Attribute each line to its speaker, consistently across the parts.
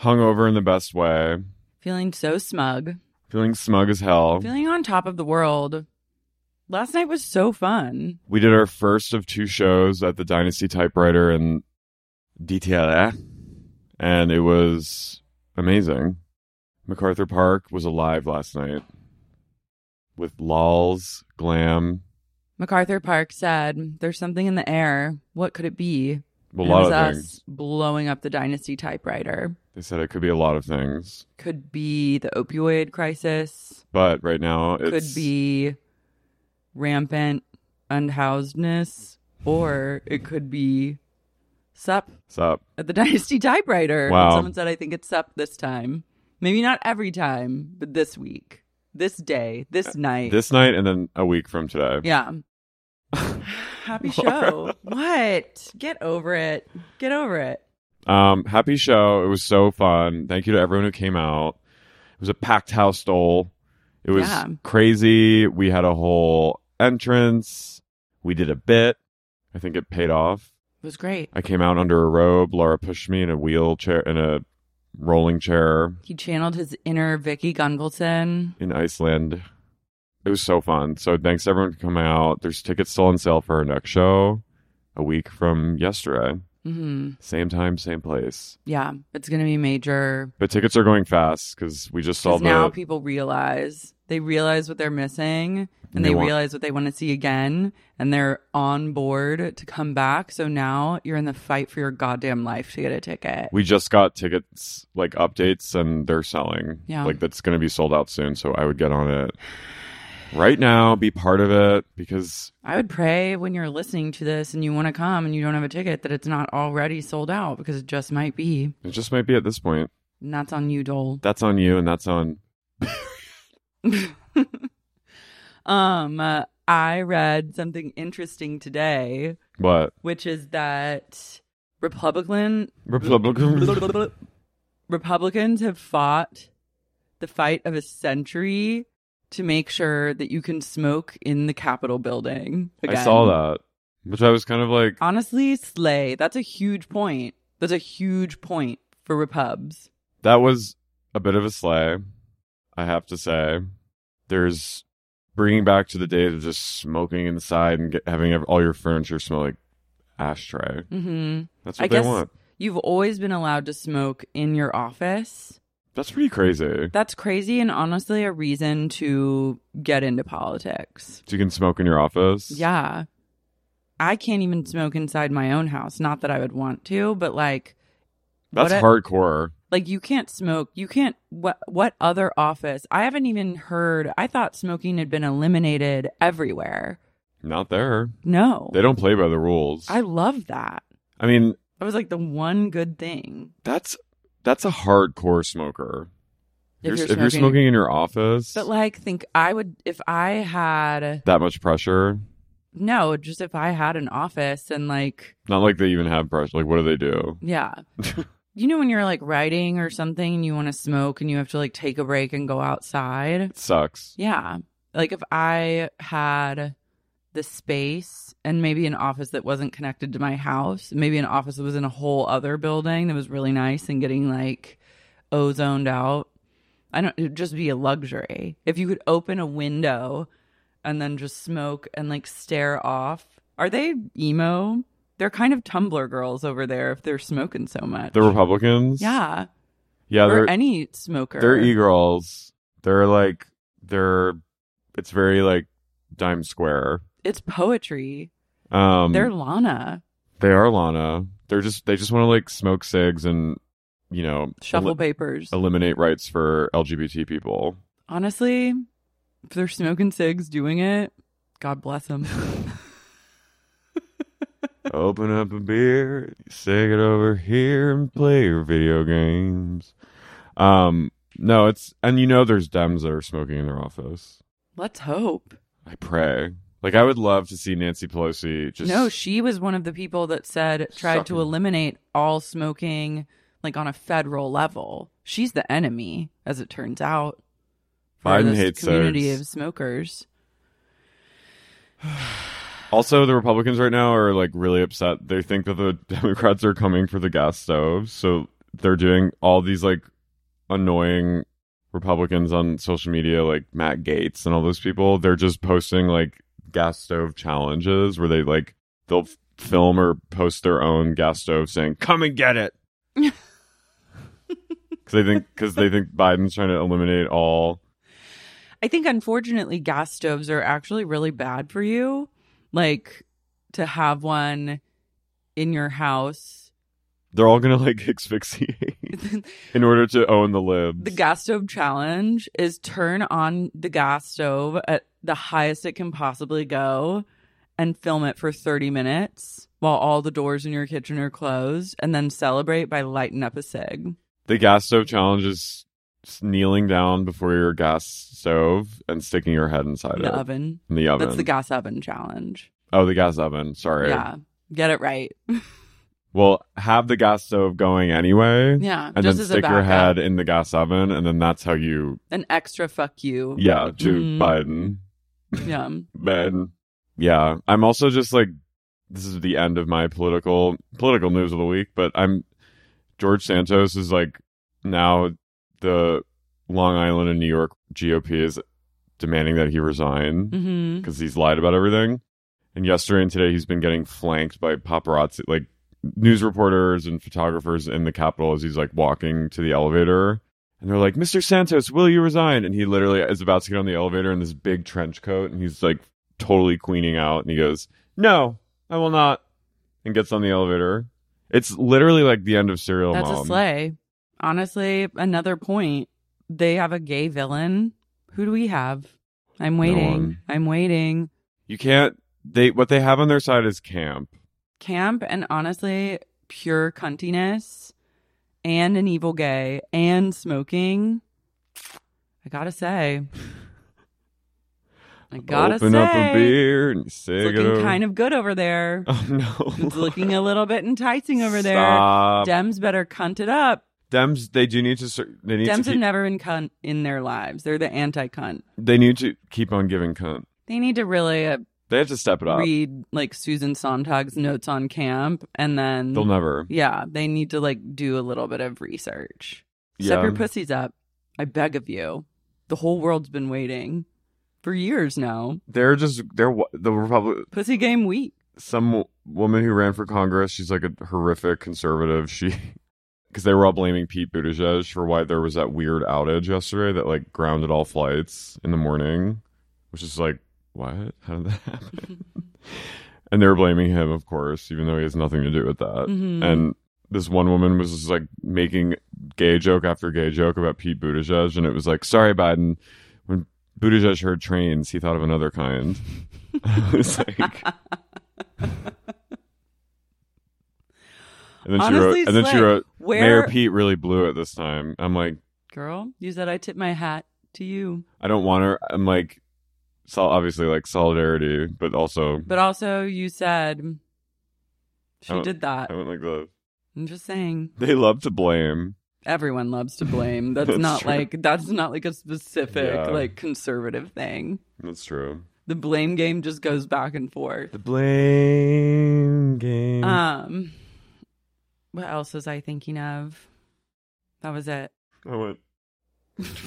Speaker 1: hungover in the best way,
Speaker 2: Feeling so smug.
Speaker 1: feeling smug as hell.
Speaker 2: Feeling on top of the world. Last night was so fun.
Speaker 1: we did our first of two shows at the Dynasty Typewriter in DTLA, and it was amazing. MacArthur Park was alive last night with lols, glam,
Speaker 2: MacArthur Park said, There's something in the air. What could it be?
Speaker 1: a
Speaker 2: And
Speaker 1: lot of
Speaker 2: it was us
Speaker 1: things.
Speaker 2: blowing up the dynasty typewriter.
Speaker 1: They said it could be a lot of things,
Speaker 2: Could be the opioid crisis.
Speaker 1: but right now it's
Speaker 2: Could be rampant unhousedness. Or it could be sup
Speaker 1: sup.
Speaker 2: at the dynasty typewriter.
Speaker 1: Wow.
Speaker 2: Someone said, I think it's sup this time. Maybe not every time, but this week, this day, this night.
Speaker 1: Uh, This night and then a week from today.
Speaker 2: Yeah. Happy show. what? Get over it. Get over it.
Speaker 1: Um, happy show. It was so fun. Thank you to everyone who came out. It was a packed house dole. It was
Speaker 2: Yeah.
Speaker 1: crazy. We had a whole entrance. We did a bit. I think it paid off.
Speaker 2: It was great.
Speaker 1: I came out under a robe. Laura pushed me in a wheelchair in a rolling chair
Speaker 2: He channeled his inner Vicky Gunvalson.
Speaker 1: in Iceland. It was so fun. So thanks to everyone for coming out. There's tickets still on sale for our next show a week from yesterday.
Speaker 2: hmm
Speaker 1: Same time, same place.
Speaker 2: Yeah. It's going to be major.
Speaker 1: But tickets are going fast because we just saw
Speaker 2: Because
Speaker 1: the
Speaker 2: now people realize. They realize what they're missing and
Speaker 1: They
Speaker 2: they,
Speaker 1: want-
Speaker 2: realize what they want to see again and they're on board to come back. So now you're in the fight for your goddamn life to get a ticket.
Speaker 1: We just got tickets, like updates, and they're selling.
Speaker 2: Yeah.
Speaker 1: Like that's going to be sold out soon. So I would get on it right now, be part of it because
Speaker 2: I would pray when you're listening to this and you want to come and you don't have a ticket that it's not already sold out because it just might be.
Speaker 1: it just might be at this point.
Speaker 2: And that's on you, Dole.
Speaker 1: That's on you and that's on.
Speaker 2: Um, uh, I read something interesting today,
Speaker 1: What?
Speaker 2: which is that Republican
Speaker 1: Republican.
Speaker 2: Republicans have fought the fight of a century to make sure that you can smoke in the Capitol building. Again.
Speaker 1: I saw that, which I was kind of like,
Speaker 2: Honestly, slay. That's a huge point. That's a huge point for Repubs.
Speaker 1: that was a bit of a slay, I have to say. There's bringing back to the days of just smoking inside and get, having ev- all your furniture smell like ashtray.
Speaker 2: Mm-hmm.
Speaker 1: That's what
Speaker 2: I
Speaker 1: they
Speaker 2: guess
Speaker 1: want.
Speaker 2: you've always been allowed to smoke in your office.
Speaker 1: That's pretty crazy.
Speaker 2: That's crazy and honestly a reason to get into politics.
Speaker 1: So you can smoke in your office.
Speaker 2: Yeah. I can't even smoke inside my own house. Not that I would want to, but like
Speaker 1: that's
Speaker 2: what a-
Speaker 1: hardcore.
Speaker 2: Like you can't smoke. You can't what what other office? I haven't even heard. I thought smoking had been eliminated everywhere.
Speaker 1: Not there.
Speaker 2: No.
Speaker 1: They don't play by the rules.
Speaker 2: I
Speaker 1: I,
Speaker 2: love that.
Speaker 1: mean,
Speaker 2: That was like the one good thing.
Speaker 1: that's that's a hardcore smoker. If you're, if you're smoking in your office,
Speaker 2: But like, think I would if I had
Speaker 1: that much pressure.
Speaker 2: no, just if I had an office and like,
Speaker 1: Not like they even have pressure. Like, what do they do?
Speaker 2: yeah. You know when you're like writing or something and you want to smoke and you have to like take a break and go outside?
Speaker 1: It sucks.
Speaker 2: Yeah. Like if I had the space and maybe an office that wasn't connected to my house, maybe an office that was in a whole other building that was really nice and getting like ozoned out. I don't it'd just be a luxury. If you could open a window and then just smoke and like stare off. Are they emo? They're kind of Tumblr girls over there if they're smoking so much.
Speaker 1: The Republicans.
Speaker 2: yeah.
Speaker 1: Yeah.
Speaker 2: or
Speaker 1: They're
Speaker 2: any smoker.
Speaker 1: they're e girls. They're like they're. It's very like dime square.
Speaker 2: It's poetry.
Speaker 1: Um,
Speaker 2: they're Lana.
Speaker 1: they are Lana. They're just they just want to like smoke cigs and you know
Speaker 2: Shuffle
Speaker 1: eli-
Speaker 2: papers.
Speaker 1: eliminate rights for LGBT people.
Speaker 2: Honestly, if they're smoking cigs doing it, God bless them.
Speaker 1: Open up a beer, sig it over here, and play your video games. Um, no, it's and you know there's Dems that are smoking in their office.
Speaker 2: Let's hope.
Speaker 1: I pray. Like I would love to see Nancy Pelosi just
Speaker 2: no, she was one of the people that said tried
Speaker 1: Sucking.
Speaker 2: to eliminate all smoking like on a federal level. She's the enemy, as it turns out. For
Speaker 1: Biden
Speaker 2: this
Speaker 1: hates
Speaker 2: community
Speaker 1: cigs.
Speaker 2: of smokers.
Speaker 1: Also, the Republicans right now are like really upset. They think that the Democrats are coming for the gas stoves, so they're doing all these like annoying Republicans on social media, like Matt Gates and all those people. They're just posting like gas stove challenges where they like they'll f- film or post their own gas stove saying "Come and get it," because they think because they think Biden's trying to eliminate all.
Speaker 2: I think unfortunately gas stoves are actually really bad for you. Like to have one in your house
Speaker 1: They're all gonna like asphyxiate in order to own the libs.
Speaker 2: The gas stove challenge is turn on the gas stove at the highest it can possibly go and film it for 30 minutes while all the doors in your kitchen are closed and then celebrate by lighting up a cig.
Speaker 1: The gas stove challenge is s- kneeling down before your gas stove and sticking your head inside
Speaker 2: The
Speaker 1: it.
Speaker 2: oven.
Speaker 1: In the oven.
Speaker 2: That's the gas oven challenge.
Speaker 1: Oh, the gas oven. Sorry.
Speaker 2: Yeah. Get it right.
Speaker 1: Well, have the gas stove going anyway.
Speaker 2: Yeah,
Speaker 1: And
Speaker 2: just
Speaker 1: then
Speaker 2: as a
Speaker 1: stick your
Speaker 2: backup.
Speaker 1: head in the gas oven, and then that's how you,
Speaker 2: An extra fuck you.
Speaker 1: yeah, to
Speaker 2: Mhm.
Speaker 1: Biden.
Speaker 2: Yeah.
Speaker 1: Biden. Yeah. I'm also just like, this is the end of my political political news of the week, but I'm George Santos is like now the Long Island and New York GOP is demanding that he resign.
Speaker 2: hmm
Speaker 1: because he's lied about everything. And yesterday and today, he's been getting flanked by paparazzi, like news reporters and photographers in the Capitol as he's like walking to the elevator. And they're like, Mr. Santos, will you resign? And he literally is about to get on the elevator in this big trench coat and he's like totally queening out. And he goes, No, I will not. And gets on the elevator. It's literally like the end of Serial
Speaker 2: That's
Speaker 1: Mom.
Speaker 2: a slay. Honestly, another point. They have a gay villain. Who do we have? I'm waiting.
Speaker 1: one.
Speaker 2: I'm waiting.
Speaker 1: You can't, they, what they have on their side is camp.
Speaker 2: Camp and honestly, pure cuntiness and an evil gay and smoking. I gotta say. I gotta
Speaker 1: Open
Speaker 2: say.
Speaker 1: up a beer and
Speaker 2: It's
Speaker 1: say
Speaker 2: looking kind of good over there.
Speaker 1: Oh no!
Speaker 2: It's looking a little bit enticing over there.
Speaker 1: Stop.
Speaker 2: Dems better cunt it up.
Speaker 1: Dems, they do need to. cer- They need to.
Speaker 2: Dems have
Speaker 1: Keep,
Speaker 2: never been cunt in their lives. They're the anti cunt.
Speaker 1: they need to keep on giving cunt.
Speaker 2: They need to really uh,
Speaker 1: They have to step it up.
Speaker 2: read like Susan Sontag's notes on camp, and then
Speaker 1: They'll never.
Speaker 2: yeah, they need to like do a little bit of research.
Speaker 1: Yeah.
Speaker 2: Step your pussies up, I beg of you. The whole world's been waiting for years now.
Speaker 1: They're just they're wa- the Republic.
Speaker 2: Pussy game week.
Speaker 1: Some w- woman who ran for Congress. She's like a horrific conservative. She because they were all blaming Pete Buttigieg for why there was that weird outage yesterday that like grounded all flights in the morning, which is like what? How did that happen? and they were blaming him, of course, even though he has nothing to do with that.
Speaker 2: Mhm.
Speaker 1: And this one woman was just like making gay joke after gay joke about Pete Buttigieg, and it was like, sorry, Biden. When Buttigieg heard trains, he thought of another kind. I was like, and then she
Speaker 2: Honestly,
Speaker 1: wrote, and then she
Speaker 2: Slay,
Speaker 1: wrote,
Speaker 2: where-
Speaker 1: Mayor Pete really blew it this time. I'm like,
Speaker 2: girl, you said I tip my hat to you.
Speaker 1: I don't want her. I'm like, so obviously like solidarity, but also
Speaker 2: But also, you said she
Speaker 1: Oh,
Speaker 2: did that.
Speaker 1: I went like the
Speaker 2: I'm just saying.
Speaker 1: they love to blame.
Speaker 2: Everyone loves to blame. That's,
Speaker 1: That's
Speaker 2: not
Speaker 1: true.
Speaker 2: like that's not like a specific
Speaker 1: Yeah.
Speaker 2: like conservative thing.
Speaker 1: That's true.
Speaker 2: The blame game just goes back and forth.
Speaker 1: The blame game.
Speaker 2: Um, what else was I thinking of? That was it.
Speaker 1: I went.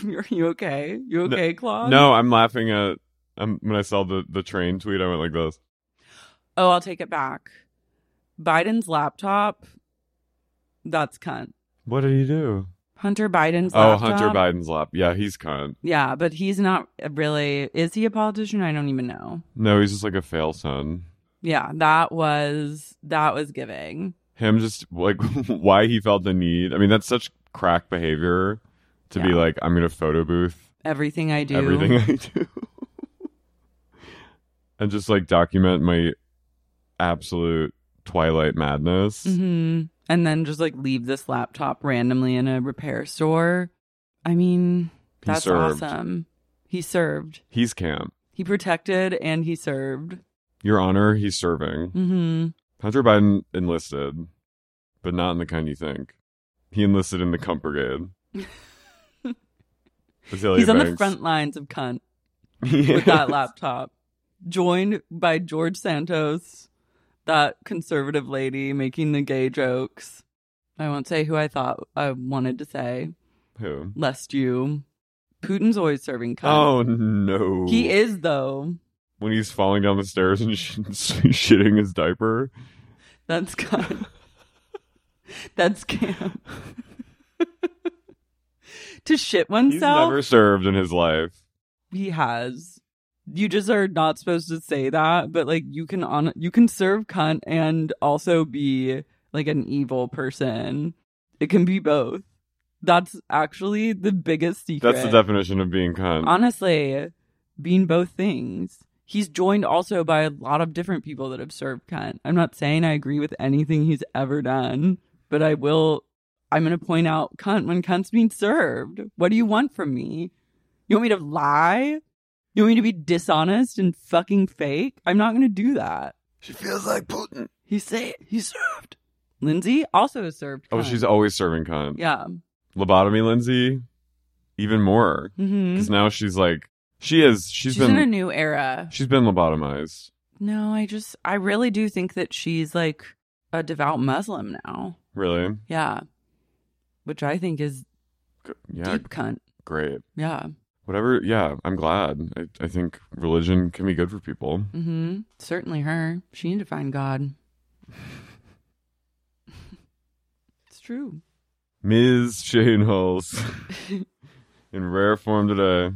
Speaker 2: Are you okay? You
Speaker 1: No-
Speaker 2: okay, Claude?
Speaker 1: No, I'm laughing at. Um, when I saw the the train tweet, I went like this.
Speaker 2: Oh, I'll take it back. Biden's laptop. That's cunt.
Speaker 1: What did he do?
Speaker 2: Hunter Biden's
Speaker 1: Oh,
Speaker 2: laptop.
Speaker 1: Hunter Biden's lap. Yeah, he's cunt.
Speaker 2: Yeah, but he's not really. Is he a politician? I don't even know.
Speaker 1: No, he's just like a fail son.
Speaker 2: Yeah, that was that was giving.
Speaker 1: Him just like why he felt the need. I mean, that's such crack behavior to be
Speaker 2: Yeah.
Speaker 1: like, I'm gonna photo booth
Speaker 2: Everything I do.
Speaker 1: everything I do, and just like document my absolute twilight madness.
Speaker 2: hmm And then just like leave this laptop randomly in a repair store. I mean,
Speaker 1: He
Speaker 2: that's
Speaker 1: served.
Speaker 2: awesome. He served.
Speaker 1: He's camp.
Speaker 2: He protected and he served.
Speaker 1: Your Honor, he's serving.
Speaker 2: hmm
Speaker 1: Hunter Biden enlisted, but not in the kind you think. He enlisted in the Cunt Brigade. Azalea
Speaker 2: He's on the
Speaker 1: Banks.
Speaker 2: front lines of cunt
Speaker 1: Yeah.
Speaker 2: with that laptop, joined by George Santos, that conservative lady making the gay jokes. I won't say who I thought I wanted to say,
Speaker 1: Who?
Speaker 2: lest you. Putin's always serving cunt.
Speaker 1: Oh no!
Speaker 2: He is though.
Speaker 1: when he's falling down the stairs and sh- shitting his diaper.
Speaker 2: That's cunt. That's camp. to shit
Speaker 1: He's
Speaker 2: oneself,
Speaker 1: never served in his life.
Speaker 2: he has. You just are not supposed to say that, but like you can on you can serve cunt and also be like an evil person. It can be both. That's actually the biggest secret.
Speaker 1: That's the definition of being cunt.
Speaker 2: honestly being both things. He's joined also by a lot of different people that have served cunt. I'm not saying I agree with anything he's ever done, but I will. I'm going to point out cunt when cunt's being served. What do you want from me? You want me to lie? You want me to be dishonest and fucking fake? I'm not going to do that.
Speaker 1: she feels like Putin.
Speaker 2: He say he served. Lindsay also served.
Speaker 1: Oh,
Speaker 2: cunt.
Speaker 1: she's always serving cunt.
Speaker 2: yeah.
Speaker 1: Lobotomy Lindsay, even more
Speaker 2: hmm
Speaker 1: because now she's like she is.
Speaker 2: She's
Speaker 1: been
Speaker 2: in a new era.
Speaker 1: she's been lobotomized.
Speaker 2: No, I just I really do think that she's like a devout Muslim now.
Speaker 1: Really?
Speaker 2: Yeah. Which I think is
Speaker 1: G- Yeah.
Speaker 2: deep cunt.
Speaker 1: Great.
Speaker 2: Yeah.
Speaker 1: Whatever. Yeah, I'm glad. I, I think religion can be good for people.
Speaker 2: Mm-hmm. Certainly her. She needed to find God. it's true.
Speaker 1: Ms. Shane Hulse in rare form today.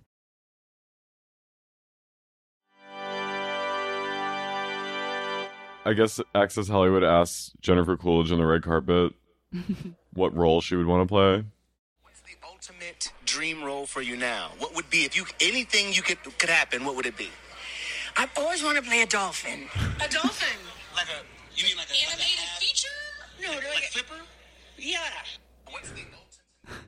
Speaker 1: I guess Access Hollywood asked Jennifer Coolidge on the red carpet what role she would want to play.
Speaker 3: What's the ultimate dream role for you now? What would be if you anything you could could happen? What would it be?
Speaker 4: I've always wanted to play a dolphin.
Speaker 5: A dolphin?
Speaker 3: Like a you mean like a
Speaker 5: Animated feature? No,
Speaker 3: like,
Speaker 5: like,
Speaker 3: Flipper?
Speaker 5: yeah.
Speaker 3: What's the ultimate?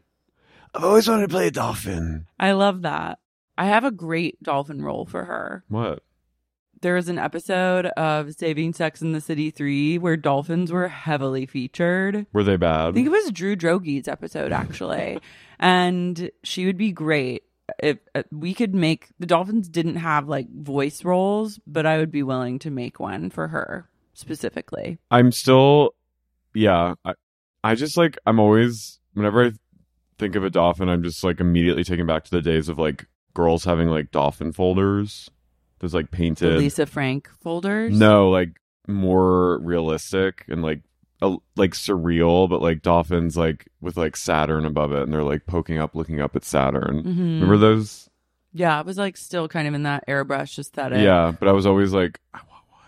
Speaker 1: I've always wanted to play a dolphin.
Speaker 2: I love that. I have a great dolphin role for her.
Speaker 1: What?
Speaker 2: there was an episode of Saving Sex in the City 3 where dolphins were heavily featured.
Speaker 1: Were they bad?
Speaker 2: I think it was Drew Drogi's episode, actually. and she would be great if uh, we could make the dolphins didn't have like voice roles, but I would be willing to make one for her specifically.
Speaker 1: I'm still, yeah. I, I just like I'm always whenever I think of a dolphin, I'm just like immediately taken back to the days of like girls having like dolphin folders. Those like
Speaker 2: The
Speaker 1: painted.
Speaker 2: Lisa Frank folders.
Speaker 1: No, like more realistic and like a, like surreal, but like dolphins like with like Saturn above it, and they're like poking up, looking up at Saturn.
Speaker 2: Mhm.
Speaker 1: Remember those?
Speaker 2: Yeah, it was like still kind of in that airbrush aesthetic.
Speaker 1: Yeah, but I was always like, I want one,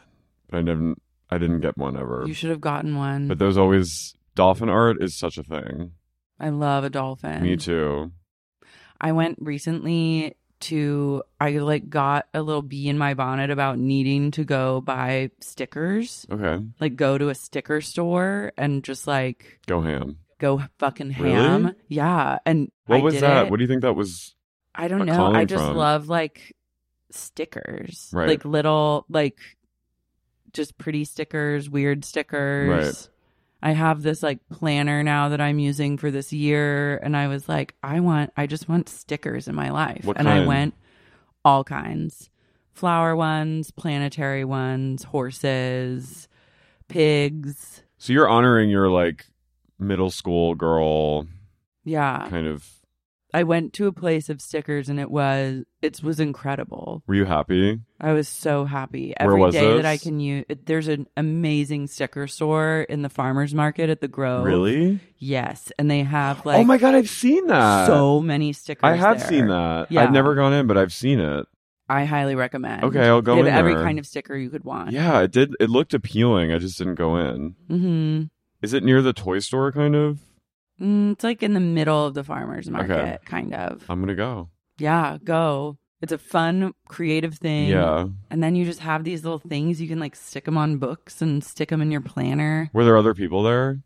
Speaker 1: but I never, I didn't get one ever.
Speaker 2: You should have gotten one.
Speaker 1: But there's always dolphin art is such a thing.
Speaker 2: I love a dolphin.
Speaker 1: Me too.
Speaker 2: I went recently to I like got a little bee in my bonnet about needing to go buy stickers,
Speaker 1: Okay,
Speaker 2: like go to a sticker store and just like
Speaker 1: go ham.
Speaker 2: go fucking
Speaker 1: Really?
Speaker 2: ham. Yeah, and
Speaker 1: What
Speaker 2: I
Speaker 1: was
Speaker 2: did
Speaker 1: that?
Speaker 2: it.
Speaker 1: What do you think that was?
Speaker 2: I don't
Speaker 1: what
Speaker 2: know.
Speaker 1: calling
Speaker 2: I just
Speaker 1: from?
Speaker 2: love like stickers,
Speaker 1: Right.
Speaker 2: like little like just pretty stickers, weird stickers.
Speaker 1: Right.
Speaker 2: I have this like planner now that I'm using for this year, and I was like, I want, I just want stickers in my life,
Speaker 1: What
Speaker 2: and I
Speaker 1: kind?
Speaker 2: went all kinds, flower ones, planetary ones, horses, pigs.
Speaker 1: So you're honoring your like middle school girl
Speaker 2: Yeah,
Speaker 1: kind of.
Speaker 2: I went to a place of stickers, and it was it was incredible.
Speaker 1: Were you happy?
Speaker 2: I was so happy
Speaker 1: Where
Speaker 2: every day
Speaker 1: was
Speaker 2: that I
Speaker 1: this?
Speaker 2: can use. It, there's an amazing sticker store in the farmers market at the Grove.
Speaker 1: Really?
Speaker 2: Yes, and they have like
Speaker 1: oh my god, I've seen that.
Speaker 2: so many stickers.
Speaker 1: I have
Speaker 2: there.
Speaker 1: seen that.
Speaker 2: Yeah.
Speaker 1: I've never gone in, but I've seen it.
Speaker 2: I highly recommend.
Speaker 1: Okay, I'll go
Speaker 2: They have
Speaker 1: in
Speaker 2: every
Speaker 1: there.
Speaker 2: kind of sticker you could want.
Speaker 1: Yeah, it did. It looked appealing. I just didn't go in.
Speaker 2: hmm
Speaker 1: Is it near the toy store? Kind of.
Speaker 2: Mm, it's like in the middle of the farmers market,
Speaker 1: Okay.
Speaker 2: kind of.
Speaker 1: I'm gonna go.
Speaker 2: Yeah, go. It's a fun, creative thing.
Speaker 1: Yeah.
Speaker 2: And then you just have these little things you can like stick them on books and stick them in your planner.
Speaker 1: Were there other people there?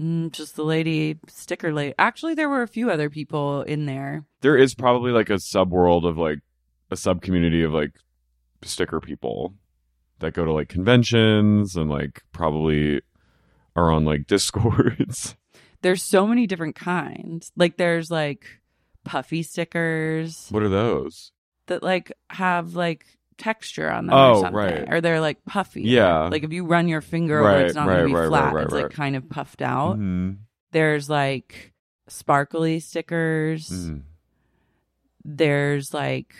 Speaker 2: Mm, just the lady sticker lady. Actually, there were a few other people in there.
Speaker 1: There is probably like a subworld of like a sub community of like sticker people that go to like conventions and like probably are on like discords.
Speaker 2: There's so many different kinds. Like there's like puffy stickers
Speaker 1: what are those?
Speaker 2: that like have like texture on them or
Speaker 1: Oh,
Speaker 2: something.
Speaker 1: right.
Speaker 2: Or they're like puffy.
Speaker 1: Yeah.
Speaker 2: Like if you run your finger over it,
Speaker 1: Right,
Speaker 2: it's not
Speaker 1: right,
Speaker 2: gonna be
Speaker 1: right,
Speaker 2: flat.
Speaker 1: right, right,
Speaker 2: it's
Speaker 1: right.
Speaker 2: like kind of puffed out.
Speaker 1: Mhm.
Speaker 2: There's like sparkly stickers.
Speaker 1: Mm.
Speaker 2: There's like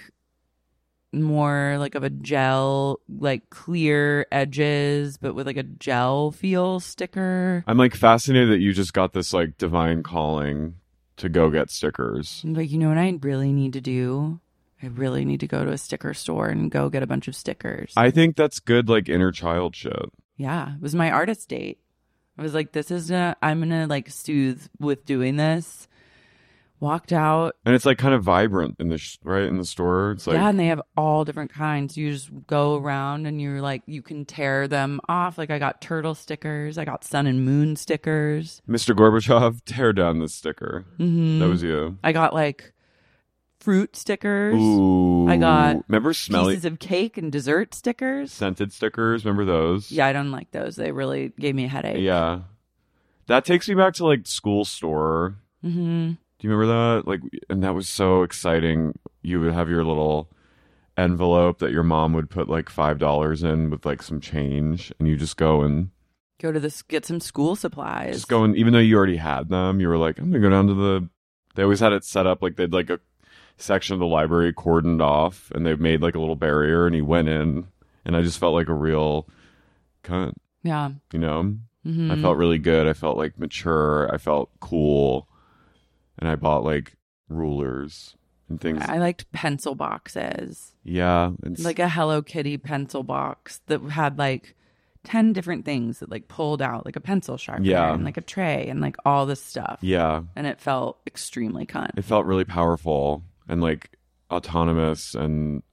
Speaker 2: more like of a gel, like clear edges, but with like a gel feel sticker.
Speaker 1: I'm like fascinated that you just got this like divine calling to go get stickers.
Speaker 2: I'm like, you know what I really need to do? I really need to go to a sticker store and go get a bunch of stickers.
Speaker 1: I think that's good like inner child shit.
Speaker 2: Yeah, it was my artist date. I was like, this is gonna, I'm gonna like soothe with doing this. Walked out.
Speaker 1: And it's like kind of vibrant in the sh- right in the store. It's like
Speaker 2: yeah, and they have all different kinds. You just go around and you're like, you can tear them off. Like, I got turtle stickers, I got sun and moon stickers.
Speaker 1: Mr. Gorbachev, tear down this sticker.
Speaker 2: Mm-hmm.
Speaker 1: That was you.
Speaker 2: I got like fruit stickers,
Speaker 1: Ooh.
Speaker 2: I got
Speaker 1: Remember smelly
Speaker 2: pieces of cake and dessert stickers.
Speaker 1: scented stickers? Remember those?
Speaker 2: Yeah, I don't like those. They really gave me a headache.
Speaker 1: Yeah. That takes me back to like school store.
Speaker 2: hmm
Speaker 1: Do you remember that? Like, and that was so exciting. You would have your little envelope that your mom would put like five dollars in with like some change, and you just go and
Speaker 2: Go to this, get some school supplies.
Speaker 1: just go and even though you already had them, you were like, I'm gonna go down to the. They always had it set up like they'd like a section of the library cordoned off, and they made like a little barrier, and you went in, and I just felt like a real cunt,
Speaker 2: Yeah.
Speaker 1: you know.
Speaker 2: Mm-hmm.
Speaker 1: I felt really good. I felt like mature. I felt cool. And I bought like rulers and things.
Speaker 2: I liked pencil boxes,
Speaker 1: yeah. And s-
Speaker 2: like a Hello Kitty pencil box that had like 10 different things that like pulled out, like a pencil sharpener
Speaker 1: Yeah.
Speaker 2: and like a tray and like all this stuff.
Speaker 1: yeah.
Speaker 2: And it felt extremely cunt.
Speaker 1: It felt really powerful and like autonomous and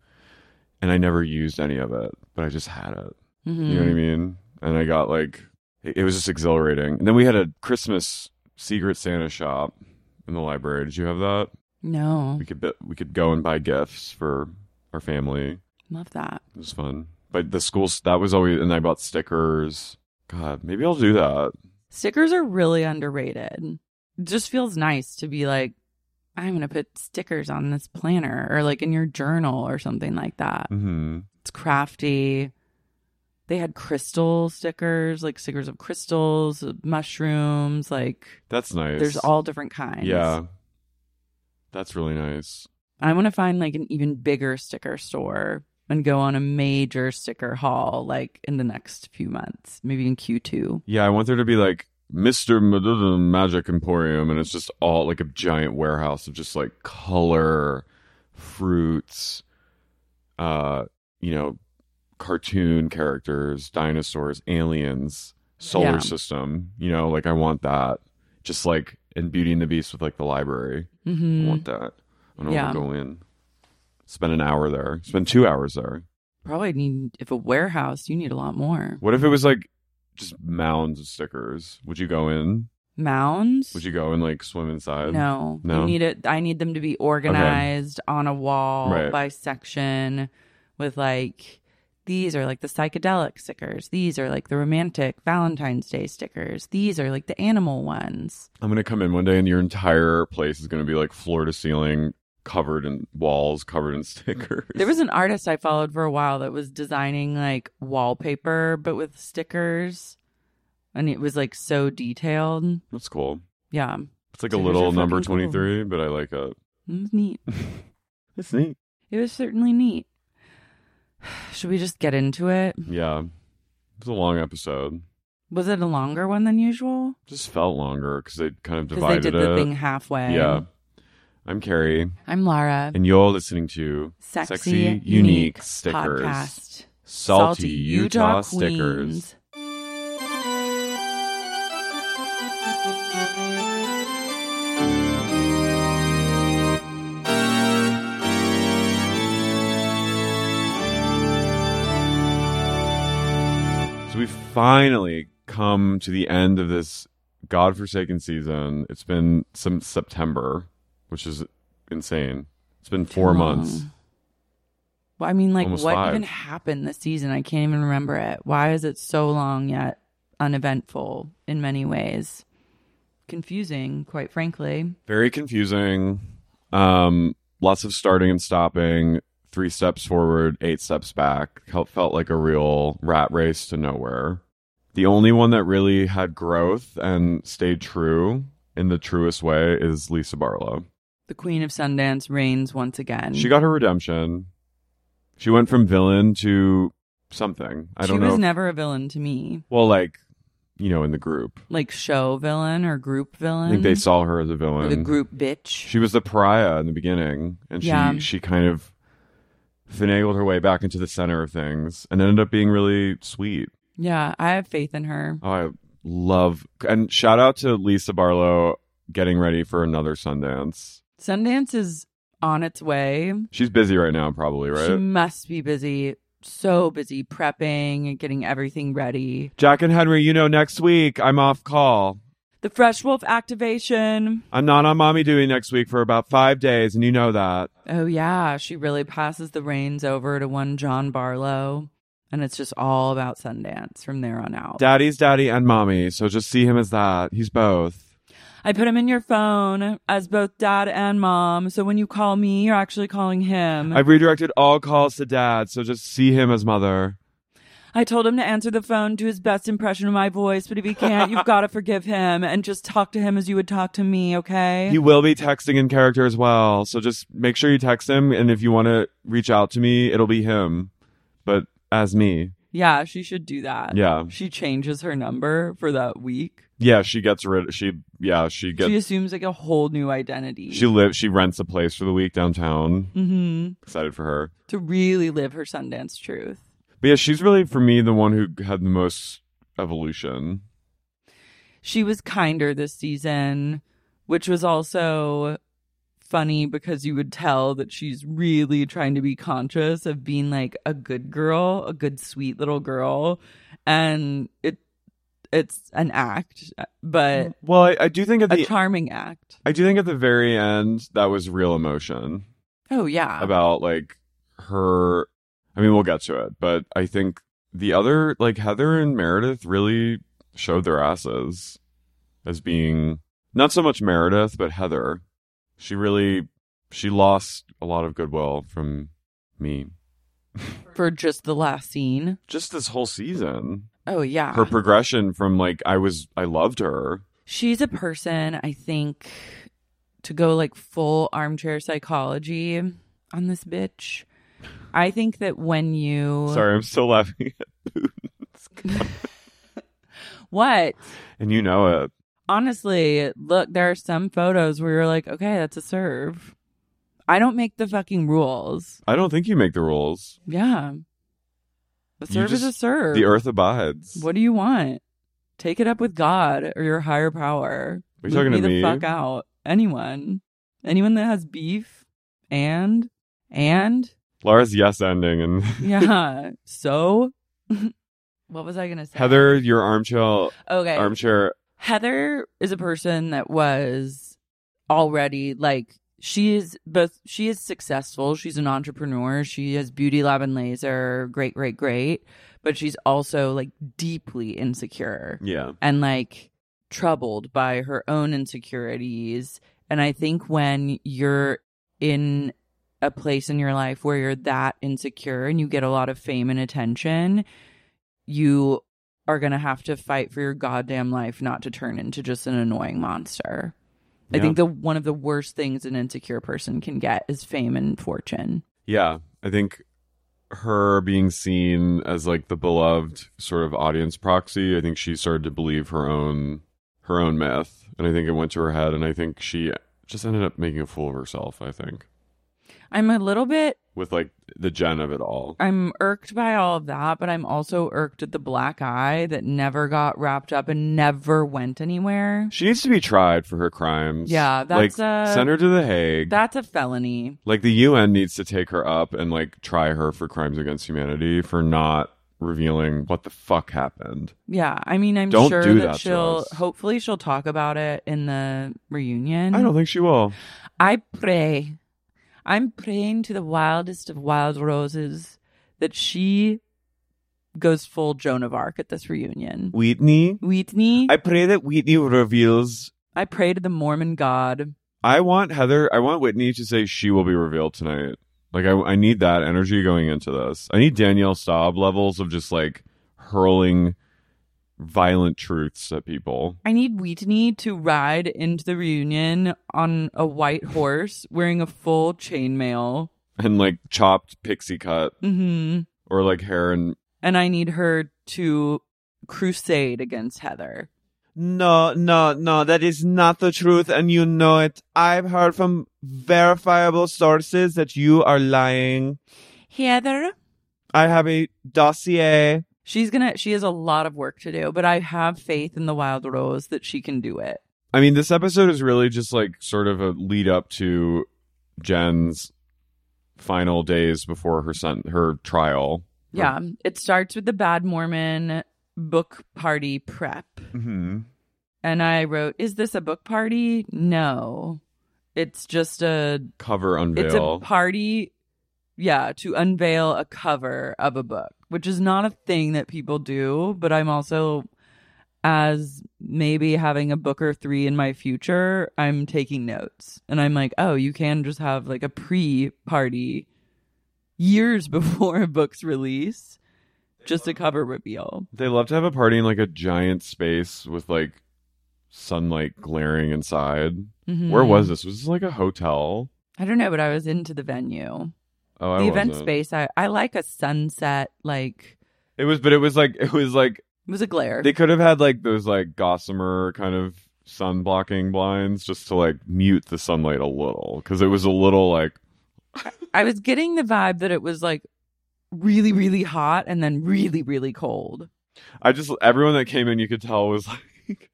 Speaker 1: and I never used any of it, but I just had it. You
Speaker 2: Mm-hmm.
Speaker 1: know what I mean? And I got like it, it was just exhilarating. And then we had a Christmas secret Santa shop in the library. Did you have that?
Speaker 2: No,
Speaker 1: We could bi- we could go and buy gifts for our family.
Speaker 2: love that.
Speaker 1: It was fun. But the schools that was always and I bought stickers. God, maybe I'll do that.
Speaker 2: Stickers are really underrated. It just feels nice to be like, I'm going to put stickers on this planner or like in your journal or something like that.
Speaker 1: hmm
Speaker 2: It's crafty. They had crystal stickers, like stickers of crystals, mushrooms, like
Speaker 1: That's nice.
Speaker 2: there's all different kinds.
Speaker 1: Yeah. That's really nice.
Speaker 2: I want to find like an even bigger sticker store and go on a major sticker haul like in the next few months, maybe in Q2.
Speaker 1: Yeah, I want there to be like Mr. Madudum Magic Emporium and it's just all like a giant warehouse of just like color, fruits, uh, you know, cartoon characters, dinosaurs, aliens, solar
Speaker 2: Yeah.
Speaker 1: system, you know, like I want that. Just like in Beauty and the Beast with like the library. I
Speaker 2: hmm
Speaker 1: want that. I don't
Speaker 2: Yeah.
Speaker 1: want to go in. Spend an hour there. Spend two hours there.
Speaker 2: Probably need, if a warehouse, you need a lot more.
Speaker 1: What if it was like just mounds of stickers? Would you go in?
Speaker 2: Mounds?
Speaker 1: Would you go and like swim inside?
Speaker 2: no,
Speaker 1: No?
Speaker 2: I need it. I need them to be organized on a wall
Speaker 1: Right.
Speaker 2: by section, with like these are like the psychedelic stickers. These are like the romantic Valentine's Day stickers. These are like the animal ones.
Speaker 1: I'm gonna come in one day and your entire place is gonna be like floor to ceiling, covered in walls, covered in stickers.
Speaker 2: There was an artist I followed for a while that was designing like wallpaper, but with stickers, and it was like so detailed.
Speaker 1: That's cool.
Speaker 2: Yeah,
Speaker 1: It's like a
Speaker 2: Stickers
Speaker 1: little
Speaker 2: are
Speaker 1: number
Speaker 2: fucking cool.
Speaker 1: twenty three, but I like it.
Speaker 2: it was neat.
Speaker 1: It's neat.
Speaker 2: It was certainly neat. Should we just get into it?
Speaker 1: Yeah. It was a long episode.
Speaker 2: Was it a longer one than usual?
Speaker 1: Just felt longer because they kind of
Speaker 2: Because they
Speaker 1: divided
Speaker 2: did the
Speaker 1: it.
Speaker 2: thing halfway.
Speaker 1: Yeah. I'm Carrie.
Speaker 2: I'm Lara.
Speaker 1: And you're listening to
Speaker 2: Sexy,
Speaker 1: Unique,
Speaker 2: Unique
Speaker 1: Stickers.
Speaker 2: Podcast.
Speaker 1: Salty, Utah, Stickers.
Speaker 2: Queens.
Speaker 1: So we finally come to the end of this godforsaken season. It's been since September, which is insane. It's been four
Speaker 2: Too
Speaker 1: months.
Speaker 2: long. Well, I mean, like,
Speaker 1: Almost
Speaker 2: what
Speaker 1: five.
Speaker 2: even happened this season? I can't even remember it. Why is it so long yet uneventful in many ways? Confusing, quite frankly.
Speaker 1: Very confusing. Um, lots of starting and stopping. three steps forward, eight steps back. Felt felt like a real rat race to nowhere. The only one that really had growth and stayed true in the truest way is Lisa Barlow.
Speaker 2: The Queen of Sundance reigns once again.
Speaker 1: She got her redemption. She went from villain to something. I
Speaker 2: she
Speaker 1: don't know.
Speaker 2: was
Speaker 1: if-
Speaker 2: never a villain to me.
Speaker 1: well, like you know, in the group,
Speaker 2: Like show villain or group
Speaker 1: I
Speaker 2: villain.
Speaker 1: think they saw her as a villain.
Speaker 2: or the group bitch.
Speaker 1: She was the pariah in the beginning, and
Speaker 2: Yeah.
Speaker 1: she she kind of finagled her way back into the center of things, and ended up being really sweet.
Speaker 2: Yeah, I have faith in her.
Speaker 1: Oh, I love and shout out to Lisa Barlow getting ready for another Sundance.
Speaker 2: Sundance is on its way.
Speaker 1: She's busy right now, probably
Speaker 2: She
Speaker 1: right.
Speaker 2: must be busy, so busy prepping and getting everything ready.
Speaker 1: Jack and Henry, you know, next week I'm off call.
Speaker 2: The Fresh Wolf activation.
Speaker 1: I'm not on mommy duty next week for about five days, and you know that.
Speaker 2: Oh, yeah. She really passes the reins over to one John Barlow. And it's just all about Sundance from there on out.
Speaker 1: Daddy's daddy and mommy, so just see him as that. He's both.
Speaker 2: I put him in your phone as both dad and mom. So when you call me, you're actually calling him.
Speaker 1: I've redirected all calls to dad, so just see him as mother.
Speaker 2: I told him to answer the phone, do his best impression of my voice, but if he can't, you've got to forgive him and just talk to him as you would talk to me, okay?
Speaker 1: He will be texting in character as well. So just make sure you text him. And if you want to reach out to me, it'll be him, but as me.
Speaker 2: yeah, she should do that.
Speaker 1: Yeah.
Speaker 2: She changes her number for that week.
Speaker 1: Yeah, she gets rid. She yeah, she
Speaker 2: she
Speaker 1: gets.
Speaker 2: assumes like a whole new identity.
Speaker 1: She lives. She rents a place for the week downtown.
Speaker 2: hmm
Speaker 1: Excited for her.
Speaker 2: to really live her Sundance truth.
Speaker 1: But yeah, she's really for me the one who had the most evolution.
Speaker 2: She was kinder this season, which was also funny because you would tell that she's really trying to be conscious of being like a good girl, a good sweet little girl, and it it's an act, but
Speaker 1: Well, I, I do think at
Speaker 2: a
Speaker 1: the
Speaker 2: charming act.
Speaker 1: I do think at the very end that was real emotion.
Speaker 2: Oh yeah.
Speaker 1: about like her I mean we'll get to it, but I think the other like Heather and Meredith really showed their asses as being not so much Meredith but Heather. She really she lost a lot of goodwill from me
Speaker 2: for just the last scene.
Speaker 1: just this whole season.
Speaker 2: Oh yeah.
Speaker 1: Her progression from like I was I loved her.
Speaker 2: She's a person, I think, to go like full armchair psychology on this bitch. I think that when you
Speaker 1: Sorry, I'm still laughing.
Speaker 2: what
Speaker 1: and you know it.
Speaker 2: honestly look, there are some photos where you're like, okay, that's a serve. I don't make the fucking rules.
Speaker 1: I don't think you make the rules.
Speaker 2: Yeah, the
Speaker 1: You
Speaker 2: serve is a
Speaker 1: just-
Speaker 2: serve.
Speaker 1: The earth abides.
Speaker 2: What do you want? Take it up with God or your higher power.
Speaker 1: Are you
Speaker 2: Leave
Speaker 1: talking
Speaker 2: me
Speaker 1: to
Speaker 2: the
Speaker 1: me?
Speaker 2: fuck out. Anyone. Anyone that has beef and and
Speaker 1: Lara's yes ending and
Speaker 2: yeah. so what was I gonna say?
Speaker 1: Heather, your armchair
Speaker 2: Okay.
Speaker 1: armchair
Speaker 2: Heather is a person that was already like she is both she is successful, she's an entrepreneur, she has beauty lab and laser, great, great, great. But she's also like deeply insecure.
Speaker 1: Yeah.
Speaker 2: and like troubled by her own insecurities. And I think when you're in a place in your life where you're that insecure and you get a lot of fame and attention, you are going to have to fight for your goddamn life not to turn into just an annoying monster. I
Speaker 1: Yeah.
Speaker 2: think the one of the worst things an insecure person can get is fame and fortune.
Speaker 1: Yeah. I think her being seen as like the beloved sort of audience proxy, I think she started to believe her own her own myth. And I think it went to her head and I think she just ended up making a fool of herself, I think.
Speaker 2: I'm a little bit
Speaker 1: With like the gen of it all.
Speaker 2: I'm irked by all of that, but I'm also irked at the black eye that never got wrapped up and never went anywhere.
Speaker 1: She needs to be tried for her crimes.
Speaker 2: Yeah, that's,
Speaker 1: like,
Speaker 2: uh,
Speaker 1: send her to the Hague.
Speaker 2: That's a felony.
Speaker 1: like the UN needs to take her up and like try her for crimes against humanity for not revealing what the fuck happened.
Speaker 2: Yeah, I mean, I'm
Speaker 1: Don't
Speaker 2: sure
Speaker 1: do
Speaker 2: that,
Speaker 1: that to
Speaker 2: she'll.
Speaker 1: us.
Speaker 2: Hopefully, she'll talk about it in the reunion.
Speaker 1: I don't think she will.
Speaker 2: I pray. I'm praying to the wildest of wild roses that she goes full Joan of Arc at this reunion.
Speaker 1: Whitney
Speaker 2: Whitney,
Speaker 1: I pray that Whitney reveals.
Speaker 2: I pray to the Mormon God.
Speaker 1: I want Heather. I want Whitney to say she will be revealed tonight Like I, I need that energy going into this. I need Danielle Staub levels of just like hurling violent truths at people.
Speaker 2: I need Wheatney to ride into the reunion on a white horse wearing a full chainmail.
Speaker 1: And like chopped pixie cut
Speaker 2: hmm
Speaker 1: or like hair and
Speaker 2: And I need her to crusade against Heather.
Speaker 1: No, no, no, that is not the truth, and you know it. I've heard from verifiable sources that you are lying.
Speaker 2: Heather?
Speaker 1: I have a dossier.
Speaker 2: She's gonna, she has a lot of work to do, but I have faith in the Wild Rose that she can do it.
Speaker 1: I mean, this episode is really just like sort of a lead up to Jen's final days before her son, her trial.
Speaker 2: Yeah. It starts with the Bad Mormon book party prep.
Speaker 1: Mm-hmm.
Speaker 2: And I wrote, Is this a book party? No. It's just a
Speaker 1: Cover
Speaker 2: it's
Speaker 1: unveil.
Speaker 2: a party yeah to unveil a cover of a book which is not a thing that people do but i'm also as maybe having a book or three in my future i'm taking notes and i'm like oh you can just have like a pre-party years before a book's release just a cover reveal
Speaker 1: they love to have a party in like a giant space with like sunlight glaring inside.
Speaker 2: Mhm.
Speaker 1: Where was this? Was this like a hotel?
Speaker 2: i don't know but i was into the venue
Speaker 1: Oh, I
Speaker 2: the event
Speaker 1: wasn't.
Speaker 2: space I, I like a sunset like
Speaker 1: It was, but it was like it was like
Speaker 2: it was a glare
Speaker 1: they could have had like those like gossamer kind of sun blocking blinds just to like mute the sunlight a little because it was a little like
Speaker 2: I was getting the vibe that it was like really, really hot and then really, really cold.
Speaker 1: I just everyone that came in you could tell was like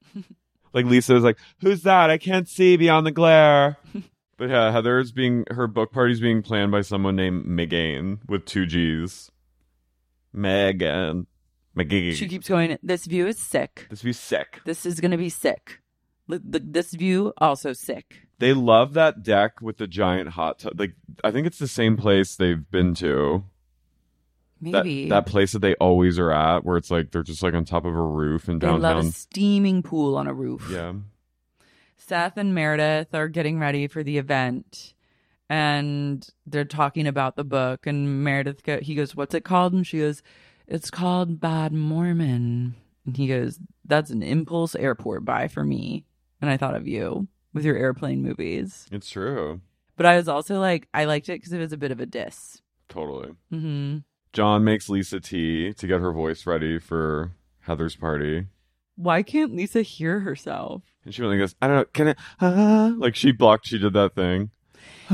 Speaker 1: like Lisa was like who's that I can't see beyond the glare. But yeah, Heather's being her book party's being planned by someone named Megan with two G's. Megan,
Speaker 2: She
Speaker 1: Megan.
Speaker 2: keeps going, This view is sick.
Speaker 1: This would be sick.
Speaker 2: This is going to be sick. L- th- This view also sick.
Speaker 1: They love that deck with the giant hot tub. Like I think it's the same place they've been to. that,
Speaker 2: Maybe.
Speaker 1: that place that they always are at where it's like they're just like on top of a roof in
Speaker 2: they love a
Speaker 1: downtown.
Speaker 2: steaming pool on a roof.
Speaker 1: Yeah.
Speaker 2: Seth and Meredith are getting ready for the event and they're talking about the book and Meredith go, he goes what's it called and she goes it's called Bad Mormon and he goes that's an impulse airport buy for me and I thought of you with your airplane movies
Speaker 1: It's true.
Speaker 2: but I was also like I liked it cuz it was a bit of a diss
Speaker 1: Totally.
Speaker 2: mhm
Speaker 1: John makes Lisa tea to get her voice ready for Heather's party.
Speaker 2: why can't Lisa hear herself
Speaker 1: And she really goes, I don't know, can it ah?" like she blocked she did that thing.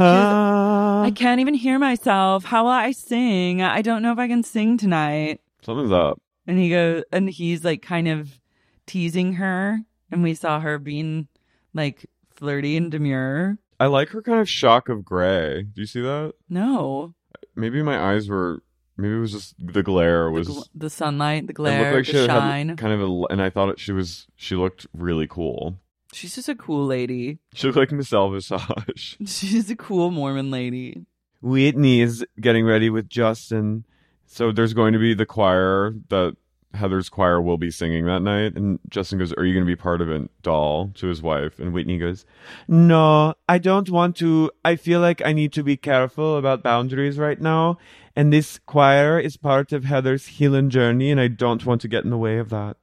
Speaker 2: I
Speaker 1: Ah.
Speaker 2: can't even hear myself how will I sing I don't know if I can sing tonight
Speaker 1: Something's up.
Speaker 2: And he goes, and he's like kind of teasing her. And we saw her being like flirty and demure.
Speaker 1: I like her kind of shock of gray. Do you see that?
Speaker 2: No,
Speaker 1: Maybe my eyes were maybe it was just the glare was
Speaker 2: the, gl- the sunlight, the
Speaker 1: it looked
Speaker 2: glare,
Speaker 1: like she
Speaker 2: the
Speaker 1: had
Speaker 2: shine.
Speaker 1: kind of a, and I thought it, she was she looked really cool.
Speaker 2: She's just a cool lady.
Speaker 1: She looked like Michelle Visage.
Speaker 2: She's a cool Mormon lady.
Speaker 1: Whitney is getting ready with Justin. So there's going to be the choir that Heather's choir will be singing that night. And Justin goes, Are you going to be part of it, doll? to his wife. And Whitney goes, No, I don't want to. I feel like I need to be careful about boundaries right now. And this choir is part of Heather's healing journey. And I don't want to get in the way of that.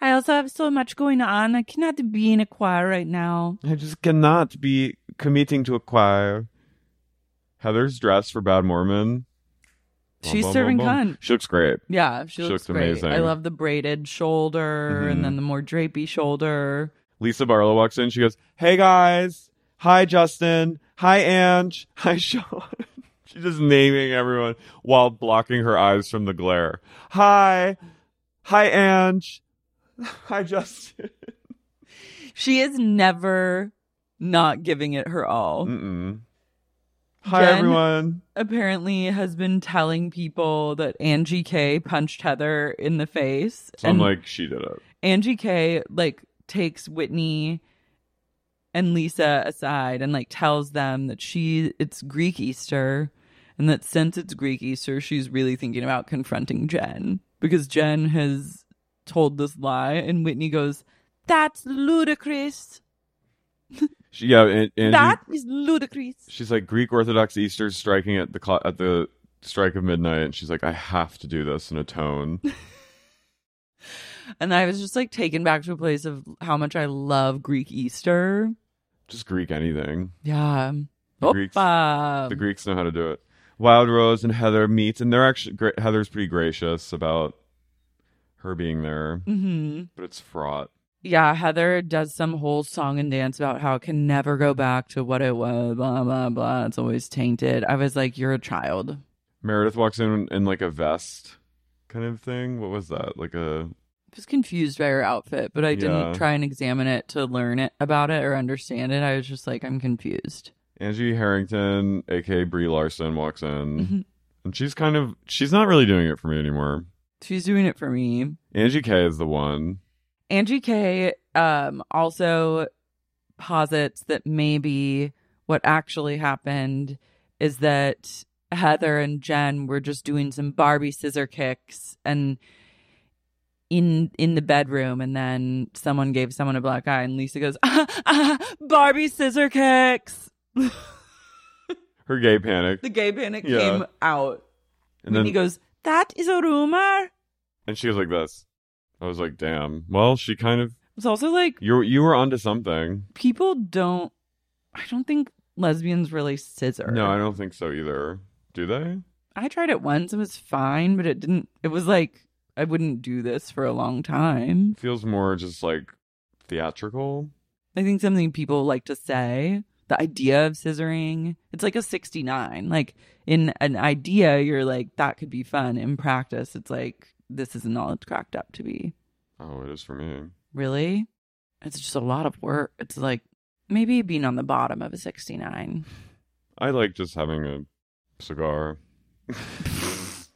Speaker 2: I also have so much going on. I cannot be in a choir right now.
Speaker 1: I just cannot be committing to a choir. Heather's dress for Bad Mormon. Bum,
Speaker 2: She's
Speaker 1: bum,
Speaker 2: serving
Speaker 1: bum, bum.
Speaker 2: cunt.
Speaker 1: She looks great.
Speaker 2: Yeah, she,
Speaker 1: She
Speaker 2: looks
Speaker 1: looked
Speaker 2: great.
Speaker 1: amazing.
Speaker 2: I love the braided shoulder
Speaker 1: Mhm.
Speaker 2: and then the more drapey shoulder.
Speaker 1: Lisa Barlow walks in. She goes, "Hey guys, hi Justin, hi Ange, hi Sean." She's just naming everyone while blocking her eyes from the glare. Hi, hi Ange, hi Justin.
Speaker 2: She is never not giving it her all.
Speaker 1: Mm-mm. Hi
Speaker 2: Jen?
Speaker 1: everyone.
Speaker 2: apparently has been telling people that Angie K punched Heather in the face.
Speaker 1: So I'm like, she did it.
Speaker 2: Angie K like takes Whitney and Lisa aside and like tells them that she it's Greek Easter and that since it's Greek Easter, she's really thinking about confronting Jen because Jen has told this lie and Whitney goes, "That's ludicrous."
Speaker 1: She, yeah, and, and
Speaker 2: That is ludicrous.
Speaker 1: she's like Greek Orthodox Easter striking at the clo- at the strike of midnight, and she's like, I have to do this in a tone.
Speaker 2: And I was just like taken back to a place of how much I love Greek Easter.
Speaker 1: Just Greek anything.
Speaker 2: Yeah.
Speaker 1: The Greeks-
Speaker 2: Opa.
Speaker 1: the Greeks know how to do it. Wild Rose and Heather meet, and they're actually gra- Heather's pretty gracious about her being there,
Speaker 2: hmm
Speaker 1: but it's fraught.
Speaker 2: Yeah, Heather does some whole song and dance about how it can never go back to what it was, blah, blah, blah. It's always tainted. I was like, you're a child.
Speaker 1: Meredith walks in in like a vest kind of thing. What was that? Like a
Speaker 2: I was confused by her outfit, but I didn't
Speaker 1: Yeah.
Speaker 2: try and examine it to learn it about it or understand it. I was just like, I'm confused.
Speaker 1: Angie Harrington, aka Brie Larson, walks in, and she's kind of she's not really doing it for me anymore.
Speaker 2: She's doing it for me.
Speaker 1: Angie K is the one.
Speaker 2: Angie K um, also posits that maybe what actually happened is that Heather and Jen were just doing some Barbie scissor kicks and in in the bedroom and then someone gave someone a black eye and Lisa goes, ah, ah, Barbie scissor kicks.
Speaker 1: Her gay panic,
Speaker 2: The gay panic
Speaker 1: Yeah.
Speaker 2: came out.
Speaker 1: and
Speaker 2: And
Speaker 1: then
Speaker 2: he goes, That is a rumor.
Speaker 1: and she was like this. I was like, damn. Well, she kind of
Speaker 2: It's also like
Speaker 1: you you were onto something.
Speaker 2: people don't I don't think lesbians really scissor.
Speaker 1: No, I don't think so either. Do they?
Speaker 2: I tried it once, it was fine, but it didn't it was like I wouldn't do this for a long time.
Speaker 1: feels more just like theatrical.
Speaker 2: I think something people like to say, the idea of scissoring, it's like a 69. Like in an idea, you're like, that could be fun. In practice, it's like, this isn't all it's cracked up to be.
Speaker 1: Oh, it is for me.
Speaker 2: Really? It's just a lot of work. It's like maybe being on the bottom of a 69.
Speaker 1: I like just having a cigar. it's,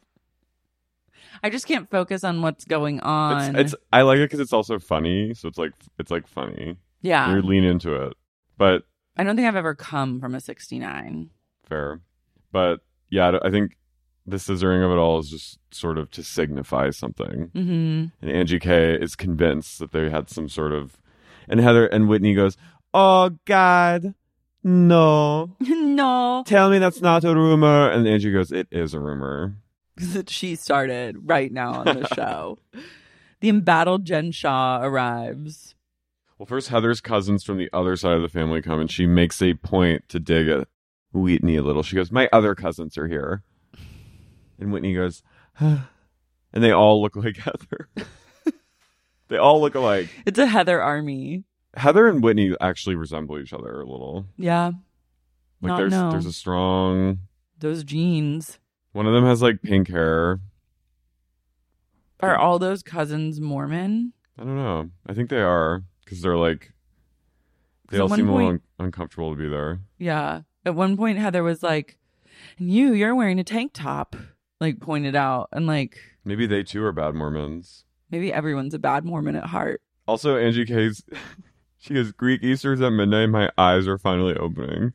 Speaker 2: I just can't focus on what's going on.
Speaker 1: it's I like it because it's also funny. So it's like it's like funny.
Speaker 2: yeah.
Speaker 1: You lean into it, but
Speaker 2: I don't think I've ever come from a 69.
Speaker 1: fair. But yeah, I d- I think the scissoring of it all is just sort of to signify something.
Speaker 2: hmm
Speaker 1: And Angie K is convinced that they had some sort of, and Heather and Whitney goes, "Oh God, no."
Speaker 2: no.
Speaker 1: Tell me that's not a rumor. And Angie goes, It is a rumor.
Speaker 2: that she started right now on the show. the embattled Jen Shaw arrives.
Speaker 1: Well, first, Heather's cousins from the other side of the family come, and she makes a point to dig at Whitney a little. She goes, "My other cousins are here," and Whitney goes, huh. and they all look like Heather. they all look alike.
Speaker 2: It's a Heather Army.
Speaker 1: Heather and Whitney actually resemble each other a little.
Speaker 2: Yeah.
Speaker 1: Like
Speaker 2: Not
Speaker 1: there's
Speaker 2: no.
Speaker 1: there's a strong
Speaker 2: Those jeans.
Speaker 1: one of them has like pink hair.
Speaker 2: Are all those cousins Mormon?
Speaker 1: I don't know. I think they are because they're like they
Speaker 2: At
Speaker 1: all
Speaker 2: one
Speaker 1: seem a little
Speaker 2: point-
Speaker 1: un- uncomfortable to be there.
Speaker 2: Yeah. At one point, Heather was like, and you, you're wearing a tank top, like pointed out. And like,
Speaker 1: Maybe they too are bad Mormons.
Speaker 2: maybe everyone's a bad Mormon at heart.
Speaker 1: Also, Angie K's, she goes, Greek Easter's at midnight. My eyes are finally opening.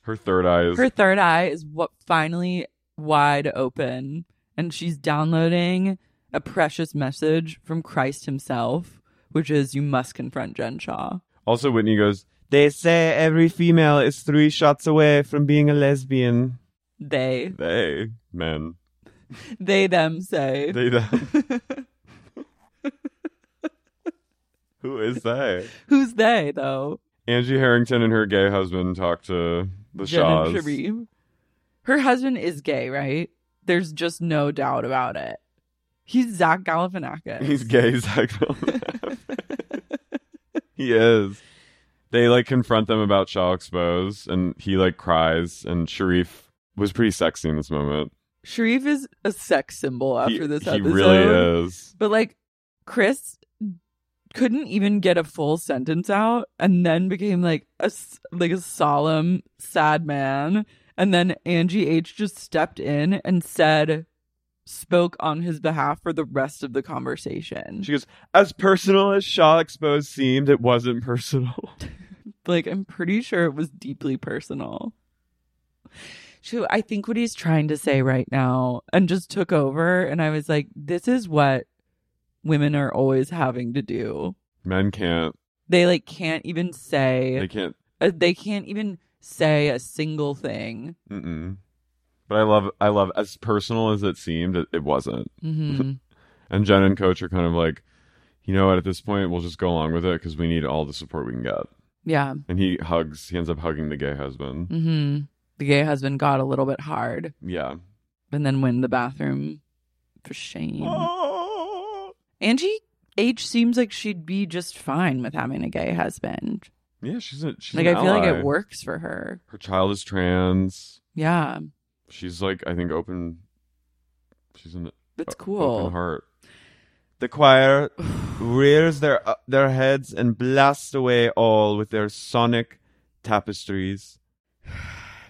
Speaker 1: Her third eye is
Speaker 2: Her third eye is what finally wide open, and she's downloading a precious message from Christ himself, which is you must confront Jen Shaw.
Speaker 1: also Whitney goes, They say every female is three shots away from being a lesbian.
Speaker 2: They
Speaker 1: They, men,
Speaker 2: they them say
Speaker 1: they, them. Who is they?
Speaker 2: who's they though?
Speaker 1: Angie Harrington and her gay husband talk to the
Speaker 2: Jen and
Speaker 1: Shaws.
Speaker 2: Sharif. Her husband is gay, right? There's just no doubt about it. He's Zach Galifianakis.
Speaker 1: He's gay, he's actually. he is. They like confront them about Shaw Expose and he like cries and Sharif was pretty sexy in this moment.
Speaker 2: Sharif is a sex symbol after
Speaker 1: he,
Speaker 2: this
Speaker 1: he
Speaker 2: episode.
Speaker 1: really is.
Speaker 2: But like Chris couldn't even get a full sentence out and then became like a s- like a solemn sad man and then Angie H just stepped in and said spoke on his behalf for the rest of the conversation.
Speaker 1: She goes, as personal as Shaw Expose seemed, it wasn't personal.
Speaker 2: like I'm pretty sure it was deeply personal. So I think what he's trying to say right now and just took over and I was like this is what women are always having to do.
Speaker 1: Men can't.
Speaker 2: They like can't even say
Speaker 1: They can't
Speaker 2: Uh, they can't even say a single thing.
Speaker 1: Mm-mm. But I love, I love. As personal as it seemed, it, it wasn't.
Speaker 2: hmm
Speaker 1: And Jen and Coach are kind of like, you know what? At this point, we'll just go along with it because we need all the support we can get.
Speaker 2: yeah.
Speaker 1: And he hugs. He ends up hugging the gay husband.
Speaker 2: hmm The gay husband got a little bit hard
Speaker 1: Yeah.
Speaker 2: and then went in the bathroom for shame.
Speaker 1: Ah.
Speaker 2: Angie H seems like she'd be just fine with having a gay husband.
Speaker 1: Yeah, she's a she's
Speaker 2: Like
Speaker 1: an
Speaker 2: I feel like
Speaker 1: ally.
Speaker 2: it works for her.
Speaker 1: Her child is trans.
Speaker 2: Yeah.
Speaker 1: She's like, I think open. She's an
Speaker 2: That's
Speaker 1: o-
Speaker 2: cool.
Speaker 1: Uh, Open heart. The choir rears their uh, their heads and blasts away all with their sonic tapestries.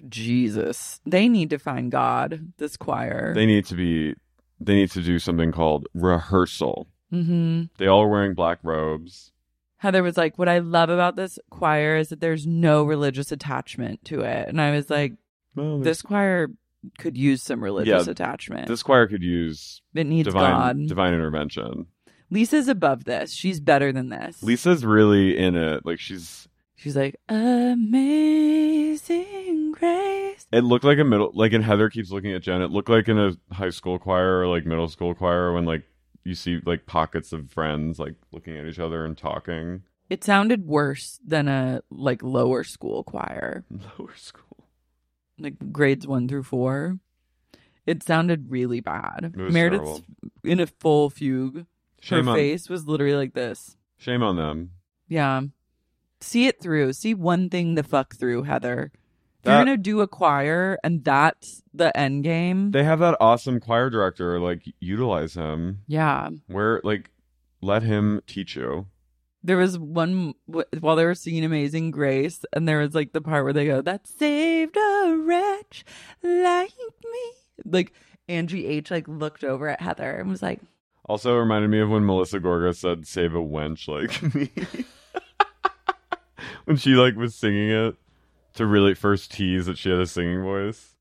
Speaker 2: Jesus. They need to find God, this choir.
Speaker 1: They need to be. They need to do something called rehearsal.
Speaker 2: mm-hmm.
Speaker 1: They all are wearing black robes.
Speaker 2: Heather was like, What I love about this choir is that there's no religious attachment to it. And I was
Speaker 1: Mm-hmm.
Speaker 2: like,
Speaker 1: Well,
Speaker 2: This choir could use some religious attachment.
Speaker 1: this choir could use
Speaker 2: it needs
Speaker 1: divine
Speaker 2: God.
Speaker 1: divine intervention.
Speaker 2: Lisa's above this. She's better than this.
Speaker 1: Lisa's really in it. Like she's.
Speaker 2: She's like, Amazing grace.
Speaker 1: It looked like a middle, like in Heather keeps looking at Jen. It looked like in a high school choir or like middle school choir when like you see like pockets of friends like looking at each other and talking.
Speaker 2: It sounded worse than a like lower school choir,
Speaker 1: Lower school.
Speaker 2: like grades one through four. It sounded really bad.
Speaker 1: It was
Speaker 2: Meredith's
Speaker 1: terrible.
Speaker 2: in a full fugue.
Speaker 1: Shame
Speaker 2: Her
Speaker 1: on
Speaker 2: face was literally like this.
Speaker 1: shame on them.
Speaker 2: Yeah. See it through. See one thing the fuck through, Heather. If
Speaker 1: That-
Speaker 2: you're gonna do a choir and that's the end game.
Speaker 1: They have that awesome choir director. Like utilize him.
Speaker 2: yeah.
Speaker 1: Where like let him teach you.
Speaker 2: There was one w- while they were singing Amazing Grace, and there was like the part where they go, "That saved a wretch like me." Like Angie H like looked over at Heather and was like,
Speaker 1: Also it reminded me of when Melissa Gorga said "Save a wench like me" when she like was singing it to really first tease that she had a singing voice.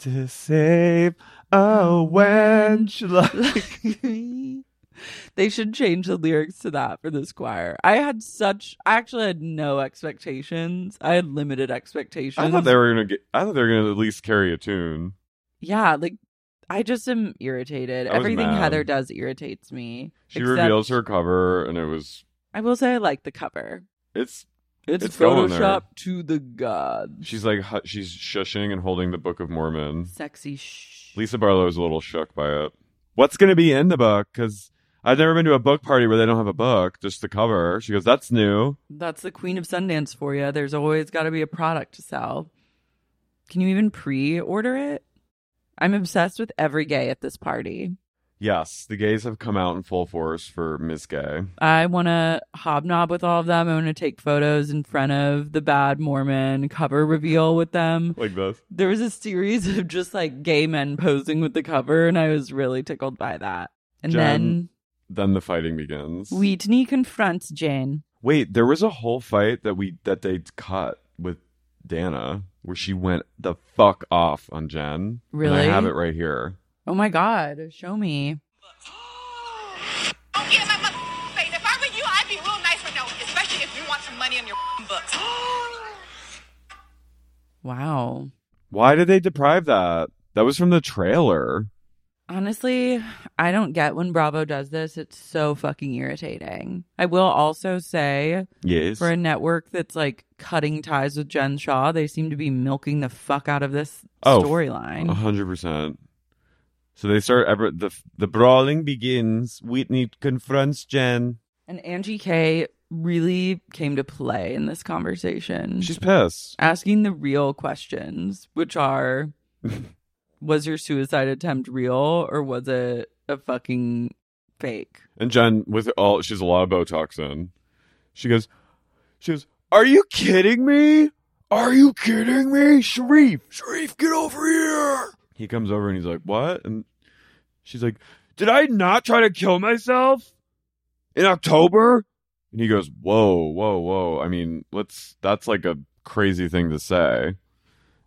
Speaker 1: To save a wench like
Speaker 2: They should change the lyrics to that for this choir. I had such, I actually had no expectations. I had limited expectations.
Speaker 1: I thought they were gonna get. I thought they were gonna at least carry a tune.
Speaker 2: yeah, like I just am irritated.
Speaker 1: I was
Speaker 2: Everything
Speaker 1: mad.
Speaker 2: Heather does irritates me.
Speaker 1: She
Speaker 2: Except-
Speaker 1: reveals her cover, and it was.
Speaker 2: I will say I like the cover.
Speaker 1: It's.
Speaker 2: It's,
Speaker 1: It's going there.
Speaker 2: Photoshop to the gods.
Speaker 1: She's like hu- she's shushing and holding the Book of Mormon.
Speaker 2: sexy. Sh-
Speaker 1: Lisa Barlow is a little shook by it. What's gonna be in the book? Because I've never been to a book party where they don't have a book, just the cover. She goes, "That's new."
Speaker 2: That's the queen of Sundance for you. There's always got to be a product to sell. Can you even pre-order it? I'm obsessed with every gay at this party.
Speaker 1: Yes, the gays have come out in full force for Miss Gay.
Speaker 2: I want to hobnob with all of them. I want to take photos in front of the bad Mormon cover reveal with them.
Speaker 1: Like this.
Speaker 2: There was a series of just like gay men posing with the cover, and I was really tickled by that. And
Speaker 1: Jen. Then the fighting begins.
Speaker 2: then Whitney confronts Jane.
Speaker 1: Wait, there was a whole fight that we that they cut with Dana where she went the fuck off on Jen. And I
Speaker 2: Really?
Speaker 1: have it right here.
Speaker 2: Oh my God, show me.
Speaker 5: Oh, yeah, my mother face. If I were you, I'd be real nice right now, especially if you want some money on your books.
Speaker 2: Wow.
Speaker 1: Why did they deprive that? That was from the trailer.
Speaker 2: Honestly, I don't get when Bravo does this. It's so fucking irritating. I will also say
Speaker 1: Yes.
Speaker 2: for a network that's like cutting ties with Jen Shaw, they seem to be milking the fuck out of this
Speaker 1: Oh,
Speaker 2: storyline.
Speaker 1: A hundred percent. So they start ever the the brawling begins. Whitney confronts Jen.
Speaker 2: And Angie K really came to play in this conversation.
Speaker 1: She's pissed.
Speaker 2: asking the real questions, which are was your suicide attempt real or was it a fucking fake?
Speaker 1: And Jen with all she's a lot of Botox in. She goes she goes, Are you kidding me? Are you kidding me? Sharif, Sharif, get over here. He comes over and he's like, What? And she's like, Did I not try to kill myself in October? And he goes, Whoa, whoa, whoa. I mean, let's that's like a crazy thing to say.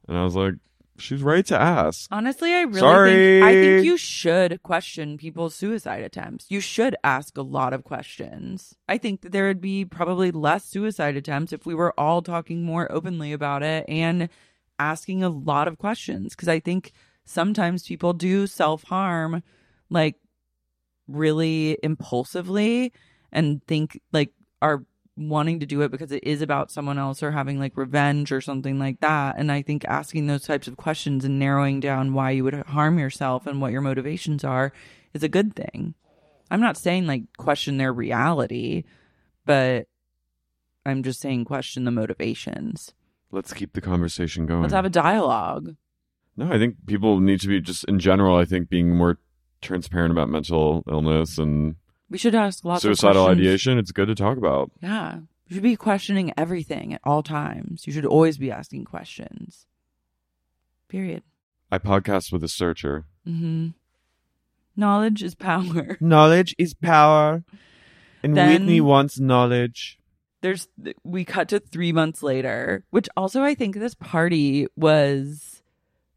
Speaker 1: And I was like, She's right to ask.
Speaker 2: Honestly, I really
Speaker 1: Sorry.
Speaker 2: think I think you should question people's suicide attempts. You should ask a lot of questions. I think that there would be probably less suicide attempts if we were all talking more openly about it and asking a lot of questions because I think sometimes people do self-harm like really impulsively and think like are wanting to do it because it is about someone else or having like revenge or something like that. And I think asking those types of questions and narrowing down why you would harm yourself and what your motivations are is a good thing. I'm not saying like question their reality, but I'm just saying question the motivations.
Speaker 1: Let's keep the conversation going.
Speaker 2: Let's have a dialogue.
Speaker 1: No, I think people need to be just in general. I think being more transparent about mental illness and
Speaker 2: We should ask lots
Speaker 1: suicidal
Speaker 2: of questions.
Speaker 1: ideation. It's good to talk about.
Speaker 2: Yeah. You should be questioning everything at all times. You should always be asking questions. Period.
Speaker 1: I podcast with a searcher.
Speaker 2: Mm-hmm. Knowledge is power.
Speaker 1: Knowledge is power, and
Speaker 2: Then- Whitney
Speaker 1: wants knowledge.
Speaker 2: There's we cut to three months later, which also I think this party was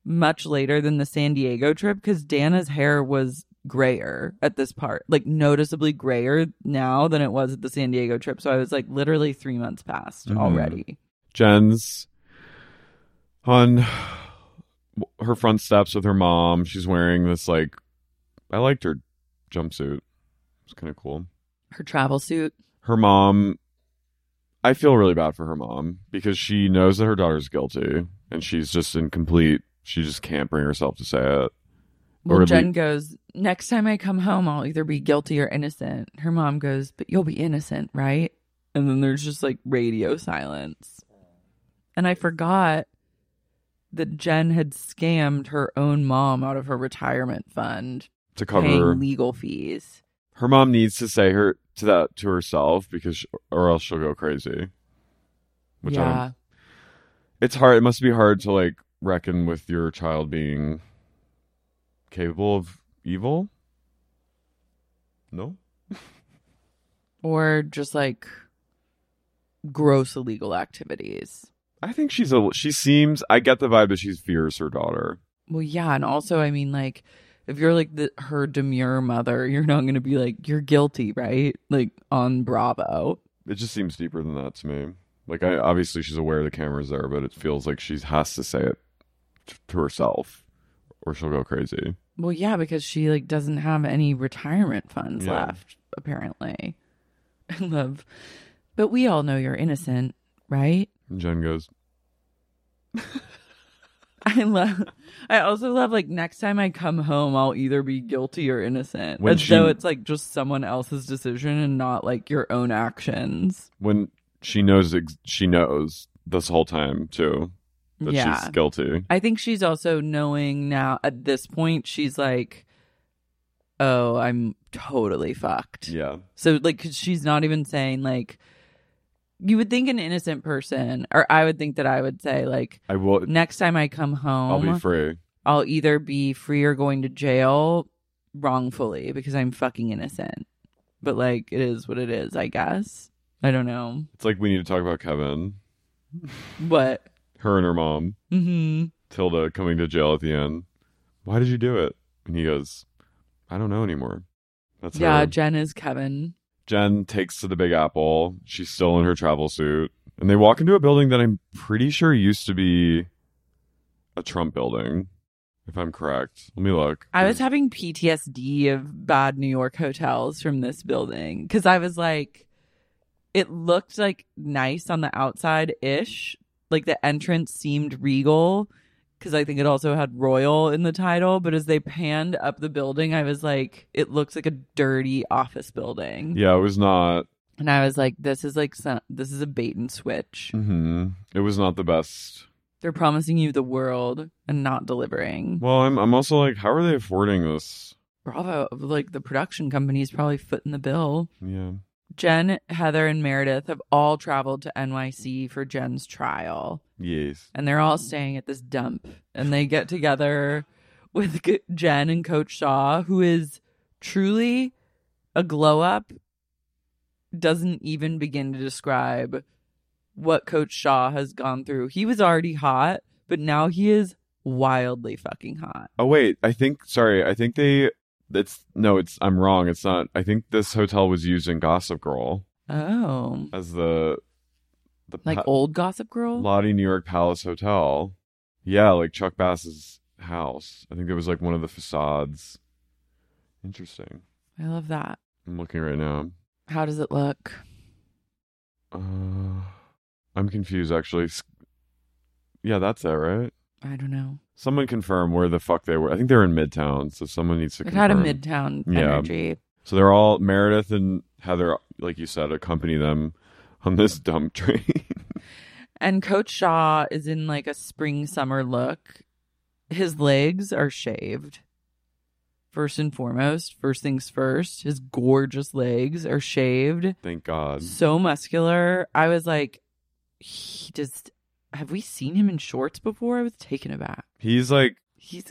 Speaker 2: much later than the San Diego trip because Dana's hair was grayer at this part, like noticeably grayer now than it was at the San Diego trip. So I was like literally three months past
Speaker 1: Mhm.
Speaker 2: already.
Speaker 1: Jen's on her front steps with her mom. She's wearing this like I liked her jumpsuit. It's kind of cool.
Speaker 2: Her travel suit.
Speaker 1: her mom I feel really bad for her mom because she knows that her daughter's guilty and she's just incomplete. She just can't bring herself to say it.
Speaker 2: Well,
Speaker 1: Or at
Speaker 2: Jen
Speaker 1: lea-
Speaker 2: goes, Next time I come home, I'll either be guilty or innocent. Her mom goes, But you'll be innocent, right? And then there's just like radio silence. And I forgot that Jen had scammed her own mom out of her retirement fund,
Speaker 1: to cover
Speaker 2: paying legal fees.
Speaker 1: her mom needs to say her to that to herself because sh- or else she'll go crazy. Which I
Speaker 2: yeah.
Speaker 1: don't, it's hard. It must be hard to like reckon with your child being capable of evil. No,
Speaker 2: Or just like gross illegal activities.
Speaker 1: I think she's a. She seems. I get the vibe that she fears her daughter.
Speaker 2: Well, yeah, and also, I mean, like, if you're like the her demure mother, you're not going to be like you're guilty, right? Like on Bravo.
Speaker 1: It just seems deeper than that to me. Like, I obviously she's aware the camera's there, but it feels like she has to say it t- to herself, or she'll go crazy.
Speaker 2: Well, yeah, because she like doesn't have any retirement funds
Speaker 1: Yeah.
Speaker 2: left, apparently. I love, but we all know you're innocent, right?
Speaker 1: And Jen goes,
Speaker 2: I love. I also love like next time I come home, I'll either be guilty or innocent,
Speaker 1: When
Speaker 2: as
Speaker 1: she-
Speaker 2: though it's like just someone else's decision and not like your own actions.
Speaker 1: when she knows ex- she knows this whole time too that
Speaker 2: yeah.
Speaker 1: she's guilty.
Speaker 2: I think she's also knowing now at this point, she's like, oh, I'm totally fucked.
Speaker 1: Yeah,
Speaker 2: So, like, 'cause she's not even saying, like, you would think an innocent person, or I would think that I would say, like,
Speaker 1: I will.
Speaker 2: next time I come
Speaker 1: I'll
Speaker 2: home,
Speaker 1: be free.
Speaker 2: I'll either be free or going to jail wrongfully because I'm fucking innocent. But, like, it is what it is, I guess. I don't know.
Speaker 1: It's like we need to talk about Kevin,
Speaker 2: But,
Speaker 1: her and her mom,
Speaker 2: hmm.
Speaker 1: Tilda coming to jail at the end. Why did you do it? And he goes, I don't know anymore. That's
Speaker 2: Yeah,
Speaker 1: her.
Speaker 2: Jen is Kevin.
Speaker 1: Jen takes to the Big Apple. She's still in her travel suit. And they walk into a building that I'm pretty sure used to be a Trump building, if I'm correct. Let me look.
Speaker 2: I was having PTSD of bad New York hotels from this building because I was like, it looked like nice on the outside ish. Like the entrance seemed regal because I think it also had royal in the title. But as they panned up the building, I was like, it looks like a dirty office building.
Speaker 1: Yeah, it was not.
Speaker 2: And I was like, this is like, some, this is a bait and switch.
Speaker 1: hmm It was not the best.
Speaker 2: They're promising you the world and not delivering.
Speaker 1: Well, I'm. I'm also like, how are they affording this?
Speaker 2: Bravo. Like the production company is probably footing the bill.
Speaker 1: Yeah.
Speaker 2: Jen, Heather, and Meredith have all traveled to NYC for Jen's trial,
Speaker 1: Yes.
Speaker 2: and they're all staying at this dump. And they get together with G- Jen and Coach Shaw, who is truly a glow up. Doesn't even begin to describe what Coach Shaw has gone through. He was already hot, but now he is wildly fucking hot.
Speaker 1: Oh wait, I think sorry, I think they it's no, it's I'm wrong. It's not. I think this hotel was used in Gossip Girl
Speaker 2: Oh,
Speaker 1: as the the
Speaker 2: like
Speaker 1: pa-
Speaker 2: old Gossip Girl.
Speaker 1: Lottie New York Palace Hotel. Yeah, like Chuck Bass's house. I think it was like one of the facades. Interesting.
Speaker 2: I love that.
Speaker 1: I'm looking right now.
Speaker 2: How does it look?
Speaker 1: Uh, I'm confused actually. S- Yeah, that's it, right?
Speaker 2: I don't know.
Speaker 1: Someone confirm where the fuck they were. I think they're in Midtown, so someone needs to
Speaker 2: It
Speaker 1: confirm.
Speaker 2: had a midtown
Speaker 1: Yeah.
Speaker 2: energy.
Speaker 1: So they're all Meredith and Heather, like you said, accompany them on this dump train.
Speaker 2: And Coach Shaw is in like a spring summer look. His legs are shaved. First and foremost, first things first, his gorgeous legs are shaved.
Speaker 1: Thank God.
Speaker 2: So muscular. I was like, he just, have we seen him in shorts before? I was taken aback.
Speaker 1: He's like
Speaker 2: He's,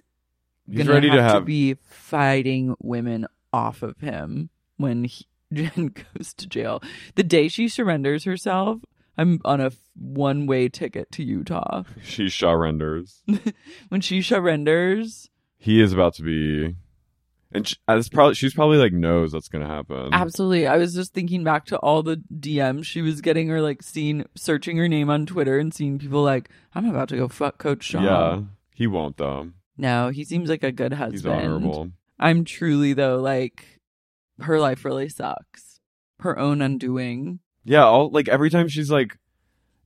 Speaker 1: He's
Speaker 2: gonna
Speaker 1: ready
Speaker 2: have
Speaker 1: to have-
Speaker 2: be fighting women off of him when he, Jen goes to jail. The day she surrenders herself, I'm on a one way ticket to Utah.
Speaker 1: she Shaw renders.
Speaker 2: when she surrenders,
Speaker 1: He is about to be, and sh that's probably she's probably like knows that's gonna happen.
Speaker 2: absolutely. I was just thinking back to all the DMs she was getting, or like seeing searching her name on Twitter and seeing people like, "I'm about to go fuck Coach Shaw."
Speaker 1: Yeah, he won't though.
Speaker 2: No, he seems like a good husband.
Speaker 1: He's honorable.
Speaker 2: I'm truly though like, her life really sucks. Her own undoing.
Speaker 1: Yeah, all like every time she's like,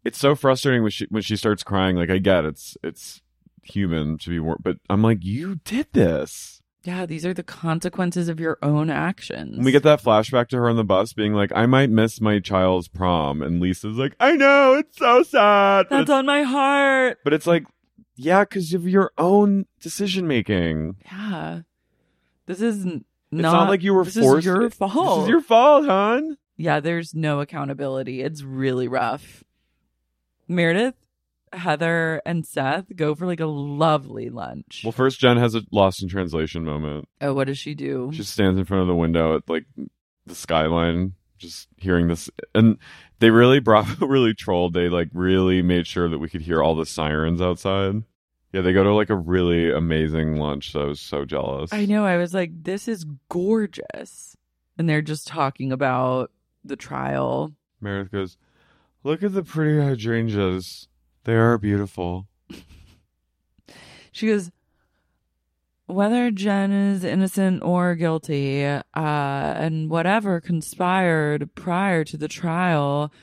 Speaker 1: it's so frustrating when she when she starts crying. Like I get it's it's human to be, wor- but I'm like, you did this.
Speaker 2: Yeah, these are the consequences of your own actions.
Speaker 1: And we get that flashback to her on the bus being like, I might miss my child's prom. And Lisa's like, I know, it's so sad. But,
Speaker 2: That's
Speaker 1: it's,
Speaker 2: on my heart.
Speaker 1: but it's like, yeah, because of your own decision making.
Speaker 2: Yeah. This is n-
Speaker 1: It's not like you were
Speaker 2: this
Speaker 1: forced.
Speaker 2: Is your
Speaker 1: This
Speaker 2: fault.
Speaker 1: is your fault, hon.
Speaker 2: yeah, there's no accountability. It's really rough. Meredith, Heather, and Seth go for like a lovely lunch.
Speaker 1: Well, first, Jen has a lost in translation moment.
Speaker 2: oh, what does she do?
Speaker 1: She stands in front of the window at like the skyline, just hearing this. And they really, Bravo really trolled. They like really made sure that we could hear all the sirens outside. Yeah, they go to like a really amazing lunch. So I was so jealous.
Speaker 2: I know. I was like, this is gorgeous. And they're just talking about the trial.
Speaker 1: Meredith goes, Look at the pretty hydrangeas. They are beautiful.
Speaker 2: She goes, whether Jen is innocent or guilty, uh, and whatever conspired prior to the trial,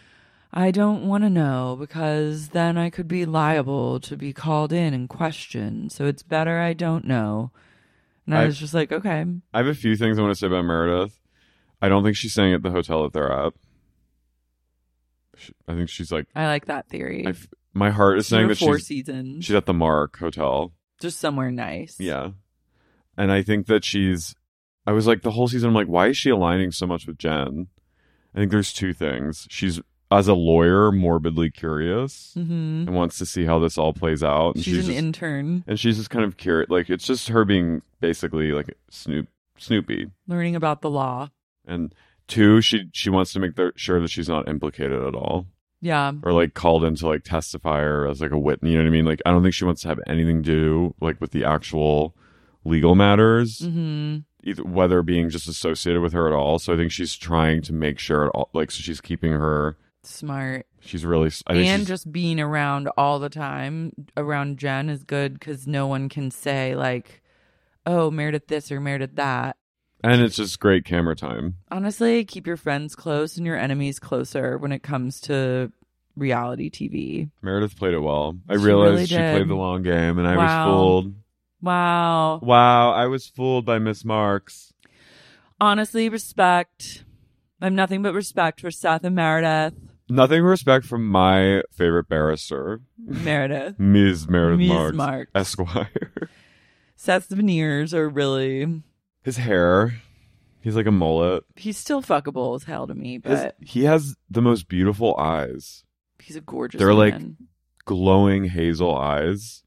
Speaker 2: I don't want to know because then I could be liable to be called in and questioned. So it's better I don't know. And I,
Speaker 1: I-
Speaker 2: was just like, okay,
Speaker 1: I have a few things I want to say about Meredith. I don't think she's staying at the hotel that they're at. She- I think she's like,
Speaker 2: I like that theory.
Speaker 1: I f- my heart is saying
Speaker 2: Your
Speaker 1: that
Speaker 2: four
Speaker 1: she's,
Speaker 2: seasons,
Speaker 1: she's at the Mark Hotel.
Speaker 2: just somewhere nice.
Speaker 1: Yeah. And I think that she's, I was like, the whole season, I'm like, why is she aligning so much with Jen? I think there's two things. She's, as a lawyer, morbidly curious
Speaker 2: hmm
Speaker 1: and wants to see how this all plays out. And
Speaker 2: She's, an
Speaker 1: just-
Speaker 2: intern
Speaker 1: and she's just kind of curious. Like it's just her being basically like Snoop Snoopy,
Speaker 2: learning about the law.
Speaker 1: and two, she she wants to make the, sure that she's not implicated at all,
Speaker 2: Yeah.
Speaker 1: or like called in to like testify or as like a witness. You know what I mean? Like I don't think she wants to have anything to do like with the actual legal matters,
Speaker 2: hmm
Speaker 1: either whether being just associated with her at all. So I think she's trying to make sure at all, like so she's keeping her.
Speaker 2: Smart.
Speaker 1: She's really I think
Speaker 2: and
Speaker 1: she's-
Speaker 2: just being around all the time around Jen is good because no one can say like, "Oh, Meredith this or Meredith that."
Speaker 1: and it's just great camera time.
Speaker 2: Honestly, keep your friends close and your enemies closer when it comes to reality TV.
Speaker 1: Meredith played it well. I
Speaker 2: She
Speaker 1: realized
Speaker 2: really
Speaker 1: she
Speaker 2: did.
Speaker 1: played the long game, and I
Speaker 2: Wow.
Speaker 1: was fooled.
Speaker 2: Wow.
Speaker 1: Wow, I was fooled by Miss Marks.
Speaker 2: Honestly, respect. I'm nothing but respect for Seth and Meredith.
Speaker 1: Nothing respect from my favorite barrister,
Speaker 2: Meredith.
Speaker 1: Ms. Meredith
Speaker 2: Ms.
Speaker 1: Marks,
Speaker 2: Marks.
Speaker 1: Esquire.
Speaker 2: Seth's veneers are really
Speaker 1: His hair, he's like a mullet.
Speaker 2: he's still fuckable as hell to me,
Speaker 1: His-
Speaker 2: but
Speaker 1: he has the most beautiful eyes,
Speaker 2: he's a gorgeous
Speaker 1: They're like-
Speaker 2: man.
Speaker 1: glowing hazel eyes.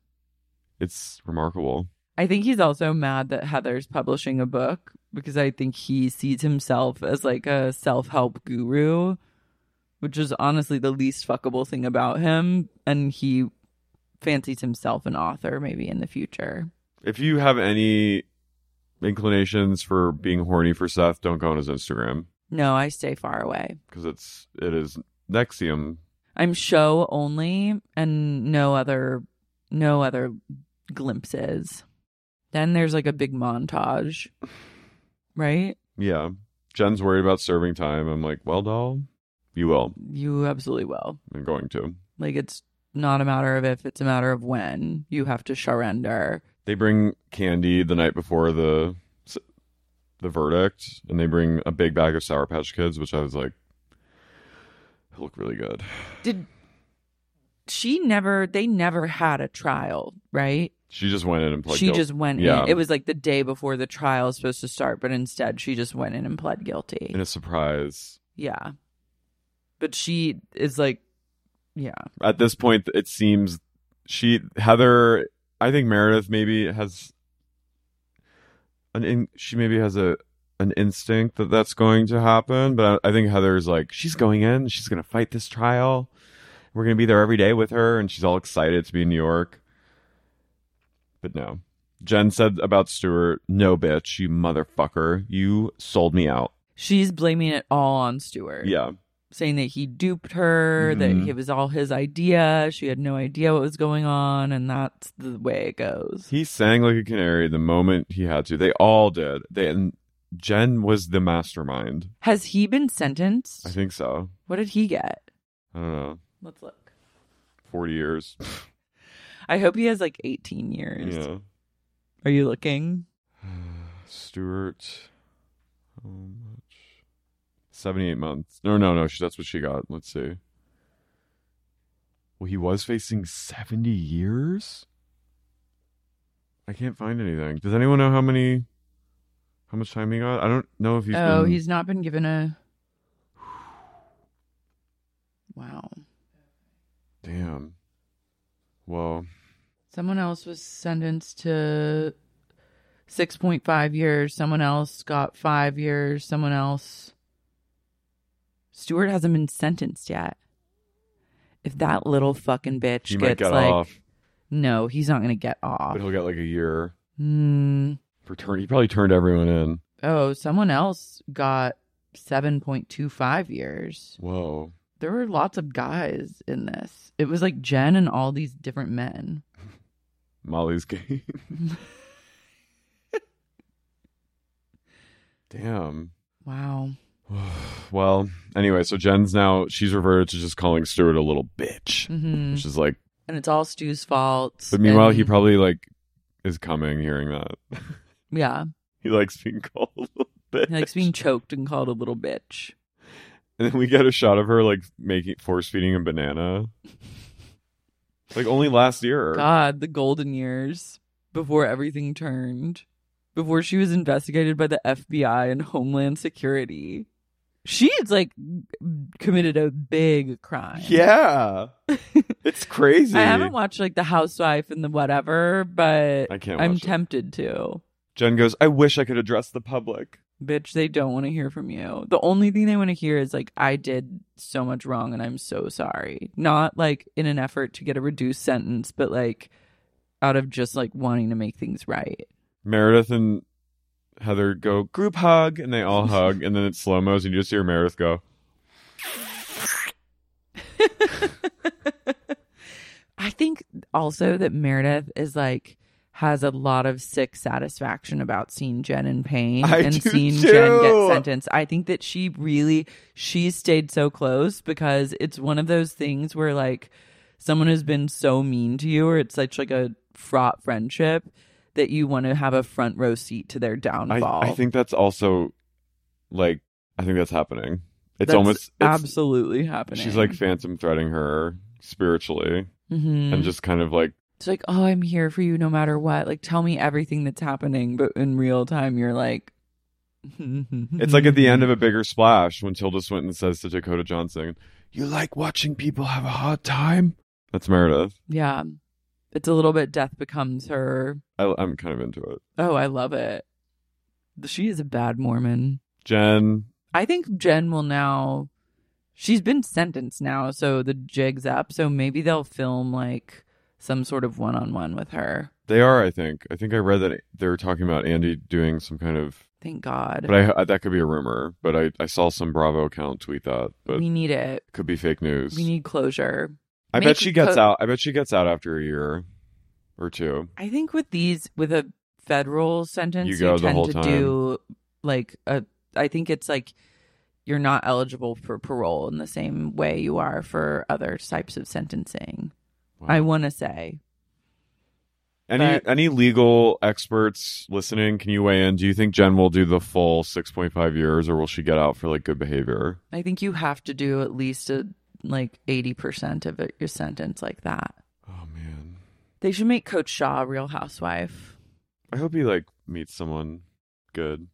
Speaker 1: It's remarkable.
Speaker 2: I think he's also mad that Heather's publishing a book because I think he sees himself as like a self help guru, which is honestly the least fuckable thing about him. And he fancies himself an author maybe in the future.
Speaker 1: If you have any inclinations for being horny for Seth, don't go on his Instagram
Speaker 2: No, I stay far away.
Speaker 1: because it's it is Nexium.
Speaker 2: I'm show only and no other no other glimpses. Then there's like a big montage. Right?
Speaker 1: Yeah, Jen's worried about serving time. I'm like, well, doll, you will.
Speaker 2: You absolutely will.
Speaker 1: I'm going to.
Speaker 2: Like it's not a matter of if, it's a matter of when. You have to surrender.
Speaker 1: They bring candy the night before the the verdict, and they bring a big bag of Sour Patch Kids, which I was like, look really good.
Speaker 2: Did she never they never had a trial, right?
Speaker 1: She just went in and played.
Speaker 2: she just went in. It was like the day before the trial is supposed to start, but instead she just went in and pled guilty.
Speaker 1: in a surprise.
Speaker 2: yeah. But she is like yeah.
Speaker 1: at this point it seems she heather i think meredith maybe has an in, she maybe has a an instinct that that's going to happen but i, I think heather's like she's going in she's going to fight this trial we're going to be there every day with her and she's all excited to be in new york but no jen said about stuart no bitch you motherfucker you sold me out
Speaker 2: She's blaming it all on Stewart.
Speaker 1: yeah
Speaker 2: Saying that he duped her,
Speaker 1: Mhm.
Speaker 2: that it was all his idea. She had no idea what was going on, and that's the way it goes.
Speaker 1: He sang like a canary the moment he had to. They all did. They and Jen was the mastermind.
Speaker 2: Has he been sentenced?
Speaker 1: I think so.
Speaker 2: what did he get?
Speaker 1: I don't know.
Speaker 2: Let's look.
Speaker 1: Forty years.
Speaker 2: I hope he has like 18 years.
Speaker 1: yeah.
Speaker 2: Are you looking?
Speaker 1: Stewart. How much? Seventy-eight months. No, no, no. She, that's what she got. Let's see. Well, he was facing seventy years. I can't find anything. Does anyone know how many? How much time he got? I don't know if he's.
Speaker 2: oh,
Speaker 1: been-
Speaker 2: he's not been given a. Wow.
Speaker 1: Damn. Well.
Speaker 2: Someone else was sentenced to 6.5 years. Someone else got five years. Someone else. Stewart hasn't been sentenced yet. If that little fucking bitch
Speaker 1: He
Speaker 2: gets
Speaker 1: might get
Speaker 2: like,
Speaker 1: off,
Speaker 2: no, he's not going to get off.
Speaker 1: but he'll get like a year
Speaker 2: Hmm.
Speaker 1: for turn. He probably turned everyone in.
Speaker 2: Oh, someone else got 7.25 years.
Speaker 1: Whoa.
Speaker 2: There were lots of guys in this. It was like Jen and all these different men.
Speaker 1: Molly's game. Damn.
Speaker 2: Wow.
Speaker 1: Well, anyway, so Jen's now, she's reverted to just calling Stuart a little bitch,
Speaker 2: hmm
Speaker 1: which is like,
Speaker 2: And it's all Stu's fault.
Speaker 1: but meanwhile, he
Speaker 2: and-
Speaker 1: probably like is coming hearing that.
Speaker 2: Yeah.
Speaker 1: he likes being called a little bitch.
Speaker 2: He likes being choked and called a little bitch.
Speaker 1: And then we get a shot of her like making, force feeding a banana. like only last year.
Speaker 2: God, the golden years before everything turned, before she was investigated by the FBI and Homeland Security. She's like committed a big crime.
Speaker 1: Yeah. it's crazy.
Speaker 2: I haven't watched like The Housewife and the whatever, but
Speaker 1: I can't
Speaker 2: I'm
Speaker 1: watch it.
Speaker 2: tempted to.
Speaker 1: Jen goes, I wish I could address the public.
Speaker 2: Bitch, they don't want to hear from you. The only thing they want to hear is like, I did so much wrong and I'm so sorry. Not like in an effort to get a reduced sentence, but like out of just like wanting to make things right.
Speaker 1: Meredith and Heather go, group hug, and they all hug, and then it's slow mos, and you just hear Meredith go,
Speaker 2: I think also that Meredith is like has a lot of sick satisfaction about seeing Jen in pain
Speaker 1: I
Speaker 2: and
Speaker 1: do
Speaker 2: seeing
Speaker 1: too.
Speaker 2: Jen get sentenced. I think that she really she stayed so close because it's one of those things where like someone has been so mean to you or it's such like a fraught friendship that you want to have a front row seat to their
Speaker 1: I,
Speaker 2: downfall.
Speaker 1: I think that's also like, I think that's happening. It's
Speaker 2: That's
Speaker 1: almost, it's,
Speaker 2: absolutely happening.
Speaker 1: she's like phantom threading her spiritually
Speaker 2: Mhm.
Speaker 1: and just kind of like,
Speaker 2: It's like, oh, I'm here for you no matter what. Like, tell me everything that's happening. But in real time, you're like,
Speaker 1: it's like
Speaker 2: Mm-hmm.
Speaker 1: at the end of a bigger splash when Tilda Swinton says to Dakota Johnson, You like watching people have a hard time? That's Meredith.
Speaker 2: yeah, it's a little bit death becomes her.
Speaker 1: I, I'm kind of into it.
Speaker 2: Oh, I love it. She is a bad Mormon.
Speaker 1: Jen,
Speaker 2: I think Jen will now, she's been sentenced now. So the jig's up. So maybe they'll film like some sort of one on one with her.
Speaker 1: They are, I think. I think I read that they were talking about Andy doing some kind of.
Speaker 2: Thank God.
Speaker 1: But I, I- that could be a rumor. But I, I saw some Bravo account tweet that, but
Speaker 2: we need it.
Speaker 1: could be fake news.
Speaker 2: We need closure.
Speaker 1: I
Speaker 2: make
Speaker 1: bet she gets
Speaker 2: co-
Speaker 1: out. I bet she gets out after a year or two.
Speaker 2: I think with these, with a federal sentence,
Speaker 1: You
Speaker 2: you,
Speaker 1: go the
Speaker 2: tend
Speaker 1: whole
Speaker 2: to
Speaker 1: time.
Speaker 2: do like a. I think it's like you're not eligible for parole in the same way you are for other types of sentencing. I want to say
Speaker 1: Any
Speaker 2: But-
Speaker 1: any legal experts listening, can you weigh in? Do you think Jen will do the full six point five years, or will she get out for like good behavior?
Speaker 2: I think you have to do at least a, like eighty percent of it, your sentence like that.
Speaker 1: Oh man,
Speaker 2: They should make Coach Shaw a Real Housewife.
Speaker 1: I hope he like meets someone good.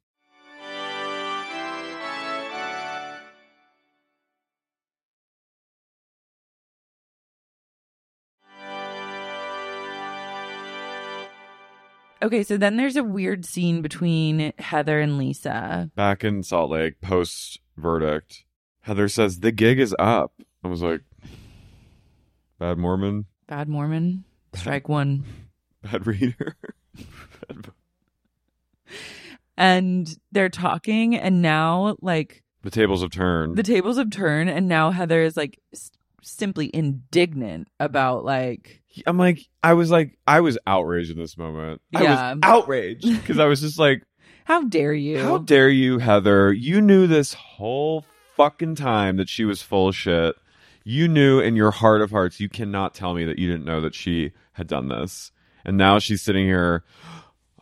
Speaker 2: Okay, so then there's a weird scene between Heather and Lisa.
Speaker 1: Back in Salt Lake, post verdict, Heather says the gig is up. I was like, bad Mormon,
Speaker 2: Bad Mormon, strike one.
Speaker 1: bad reader. Bad-
Speaker 2: And they're talking, and now like
Speaker 1: the tables have turned.
Speaker 2: the tables have turned, and now Heather is like s- simply indignant about like
Speaker 1: I'm like, I was like, I was outraged in this moment. I
Speaker 2: Yeah.
Speaker 1: was outraged because I was just like,
Speaker 2: how dare you?
Speaker 1: How dare you, Heather? You knew this whole fucking time that she was full of shit. You knew in your heart of hearts, you cannot tell me that you didn't know that she had done this. And now she's sitting here,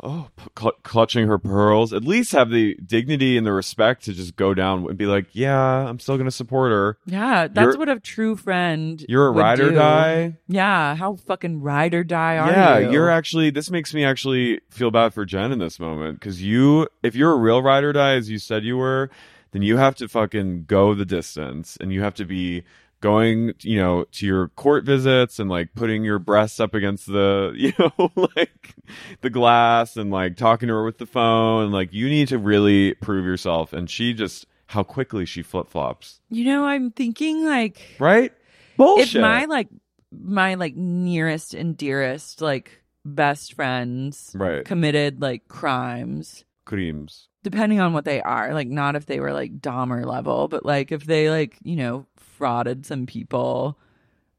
Speaker 1: oh, p- cl- clutching her pearls. At least have the dignity and the respect to just go down and be like, yeah, I'm still going to support her.
Speaker 2: yeah, that's
Speaker 1: You're-
Speaker 2: what a true friend.
Speaker 1: You're a
Speaker 2: would
Speaker 1: ride or
Speaker 2: do.
Speaker 1: die.
Speaker 2: Yeah, how fucking ride or die are
Speaker 1: yeah,
Speaker 2: you?
Speaker 1: are actually. This makes me actually feel bad for Jen in this moment because you, if you're a real ride or die as you said you were, then you have to fucking go the distance and you have to be going, you know, to your court visits and like putting your breasts up against the, you know, like the glass and like talking to her with the phone. Like you need to really prove yourself. And she just how quickly she flip flops,
Speaker 2: You know, I'm thinking like
Speaker 1: right?
Speaker 2: if
Speaker 1: Bullshit.
Speaker 2: my like my like nearest and dearest like best friends
Speaker 1: Right.
Speaker 2: committed like crimes
Speaker 1: Creams.
Speaker 2: depending on what they are like not if they were like dahmer level but like if they like you know frauded some people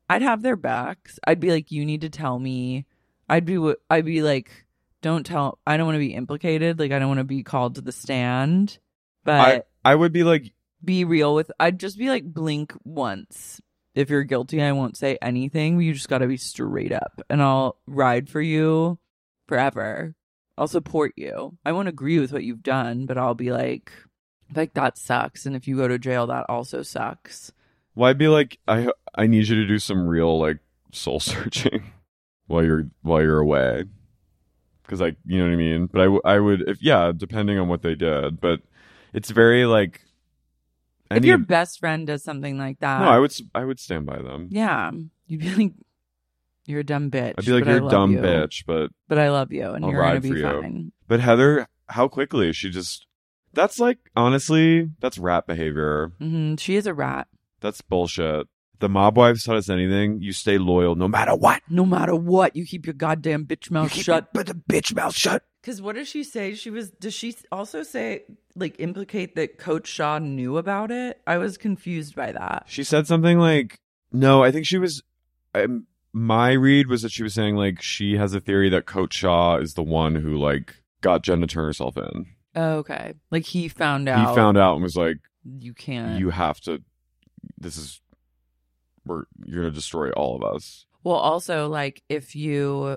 Speaker 2: i'd have their backs i'd be like you need to tell me i'd be w- i'd be like don't tell i don't want to be implicated like i don't want to be called to the stand but
Speaker 1: I, I would be like,
Speaker 2: be real with I'd just be like blink once. If you're guilty, I won't say anything. You just got to be straight up and I'll ride for you forever. I'll support you. I won't agree with what you've done, but I'll be like like that sucks and if you go to jail that also sucks.
Speaker 1: Well, I'd be like, I I need you to do some real like soul searching while you're while you're away, because like you know what I mean. But I, w- I would if yeah, depending on what they did, but it's very like.
Speaker 2: if
Speaker 1: any-
Speaker 2: your best friend does something like that,
Speaker 1: no, I would s- I would stand by them.
Speaker 2: yeah, you'd be like you're a dumb bitch.
Speaker 1: I'd be like
Speaker 2: but I
Speaker 1: you're a
Speaker 2: love
Speaker 1: dumb
Speaker 2: you.
Speaker 1: bitch, but
Speaker 2: But I love you and
Speaker 1: I'll
Speaker 2: you're going to
Speaker 1: ride for
Speaker 2: be
Speaker 1: you.
Speaker 2: fine.
Speaker 1: but Heather, how quickly she just. That's like honestly, that's rat behavior.
Speaker 2: hmm She is a rat
Speaker 1: That's bullshit. The mob wives taught us anything: you stay loyal no matter what.
Speaker 2: no matter what. You keep your goddamn bitch mouth shut.
Speaker 1: but the bitch mouth shut.
Speaker 2: Because what does she say? She was. Does she also say like implicate that Coach Shaw knew about it? I was confused by that.
Speaker 1: She said something like, "No, I think she was." Um, my read was that she was saying like she has a theory that Coach Shaw is the one who like got Jen to turn herself in.
Speaker 2: Oh, Okay, like he found out.
Speaker 1: He found out and was like,
Speaker 2: you can't.
Speaker 1: "You have to. This is we're you're gonna destroy all of us."
Speaker 2: well, also like if you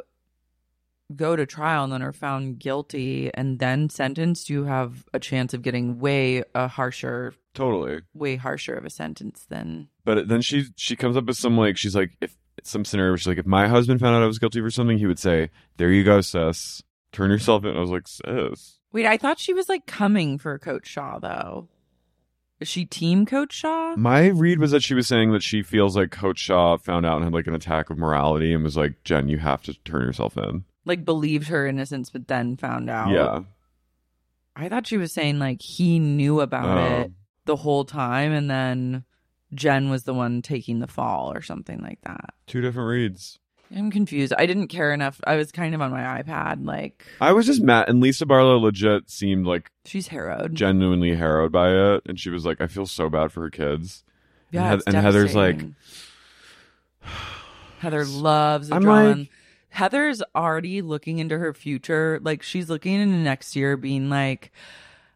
Speaker 2: go to trial and then are found guilty and then sentenced, you have a chance of getting way a harsher,
Speaker 1: Totally.
Speaker 2: way harsher of a sentence than.
Speaker 1: But then she she comes up with some like she's like if some scenario where she's like if my husband found out I was guilty for something he would say there you go sis turn yourself in I was like sis
Speaker 2: Wait, I thought she was like coming for Coach Shaw though. Is she team Coach Shaw?
Speaker 1: My read was that she was saying that she feels like Coach Shaw found out and had like an attack of morality and was like, Jen, you have to turn yourself in.
Speaker 2: like believed her innocence but then found out.
Speaker 1: Yeah.
Speaker 2: I thought she was saying like he knew about
Speaker 1: Oh.
Speaker 2: it the whole time and then Jen was the one taking the fall or something like that.
Speaker 1: Two different reads.
Speaker 2: I'm confused. I didn't care enough. I was kind of on my iPad. Like
Speaker 1: I was just mad, and Lisa Barlow legit seemed like
Speaker 2: she's harrowed.
Speaker 1: genuinely harrowed by it, and she was like, "I feel so bad for her kids."
Speaker 2: yeah,
Speaker 1: and,
Speaker 2: it's
Speaker 1: He- and Heather's like,
Speaker 2: devastating. Heather loves the
Speaker 1: I'm
Speaker 2: drama.
Speaker 1: like-
Speaker 2: Heather's already looking into her future. Like she's looking into next year, being like,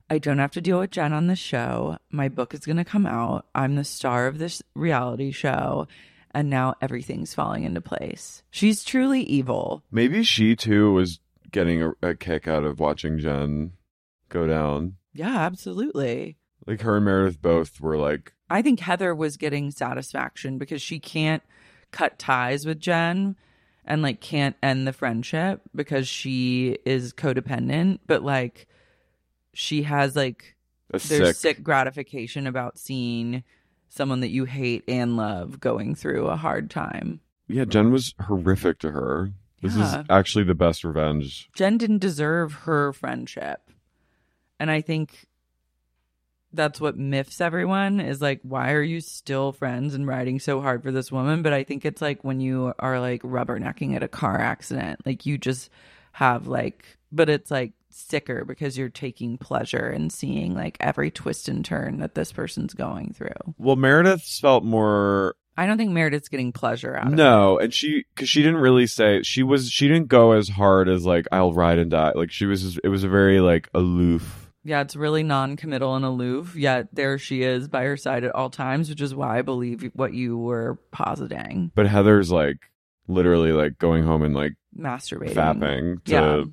Speaker 2: I don't have to deal with Jen on the show. My book is gonna come out. I'm the star of this reality show. And now everything's falling into place. She's truly evil.
Speaker 1: maybe she too was getting a, a kick out of watching Jen go down.
Speaker 2: Yeah, absolutely.
Speaker 1: Like her and Meredith both were like,
Speaker 2: I think Heather was getting satisfaction because she can't cut ties with Jen and like can't end the friendship because she is codependent, but like she has like
Speaker 1: a
Speaker 2: there's
Speaker 1: sick,
Speaker 2: sick gratification about seeing someone that you hate and love going through a hard time.
Speaker 1: Yeah, Jen was horrific to her. This
Speaker 2: Yeah.
Speaker 1: is actually the best revenge.
Speaker 2: Jen didn't deserve her friendship. And I think that's what miffs everyone is like, why are you still friends and riding so hard for this woman? But I think it's like when you are like rubbernecking at a car accident, like you just have like, but it's like sicker because you're taking pleasure in seeing like every twist and turn that this person's going through.
Speaker 1: Well, Meredith's felt more
Speaker 2: I don't think Meredith's getting pleasure out of it.
Speaker 1: no, and she because she didn't really say she was she didn't go as hard as like I'll ride and die. Like she was, just- it was a very like aloof.
Speaker 2: Yeah, it's really non-committal and aloof. Yet there she is by her side at all times, which is why I believe what you were positing,
Speaker 1: But Heather's like literally like going home and like
Speaker 2: masturbating,
Speaker 1: fapping to
Speaker 2: Yeah.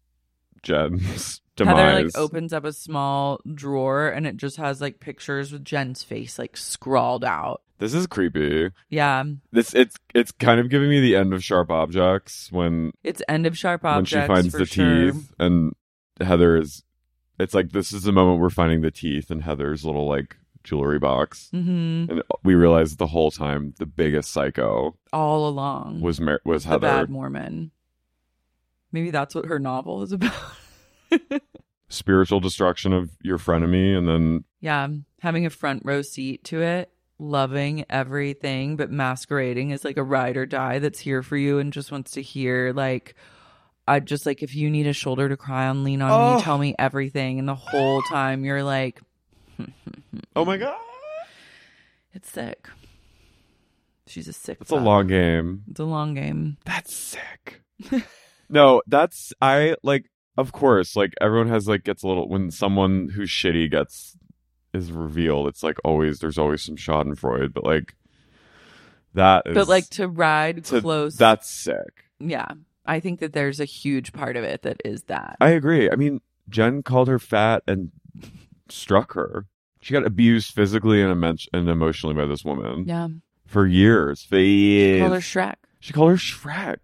Speaker 1: Jen's demise.
Speaker 2: Heather like opens up a small drawer and it just has like pictures with Jen's face like scrawled out.
Speaker 1: this is creepy.
Speaker 2: Yeah,
Speaker 1: This it's it's kind of giving me the end of Sharp Objects when
Speaker 2: it's end of sharp
Speaker 1: when
Speaker 2: objects
Speaker 1: she finds
Speaker 2: for
Speaker 1: the
Speaker 2: sure.
Speaker 1: teeth and Heather is it's like this is the moment we're finding the teeth in Heather's little like jewelry box.
Speaker 2: hmm
Speaker 1: And we realize the whole time the biggest psycho
Speaker 2: All along
Speaker 1: was Mer- was
Speaker 2: Mm. the
Speaker 1: Heather.
Speaker 2: bad Mormon. Maybe that's what her novel is about.
Speaker 1: Spiritual destruction of your frenemy and then
Speaker 2: Yeah, having a front row seat to it, loving everything, but masquerading as like a ride or die that's here for you and just wants to hear like I just like if you need a shoulder to cry on, lean on me, tell me everything, and the whole time you're like,
Speaker 1: Oh my god.
Speaker 2: it's sick. She's a sick.
Speaker 1: That's a
Speaker 2: fuck.
Speaker 1: long game.
Speaker 2: It's a long game.
Speaker 1: That's sick. no, that's I like of course, like everyone has like gets a little when someone who's shitty gets is revealed, it's like always there's always some schadenfreude, but like that is
Speaker 2: But like to ride
Speaker 1: to-
Speaker 2: close.
Speaker 1: That's sick.
Speaker 2: yeah, I think that there's a huge part of it that is that.
Speaker 1: I agree. I mean, Jen called her fat and struck her. She got abused physically and, emo- and emotionally by this woman
Speaker 2: yeah,
Speaker 1: for years. For years.
Speaker 2: call her Shrek.
Speaker 1: She called her Shrek.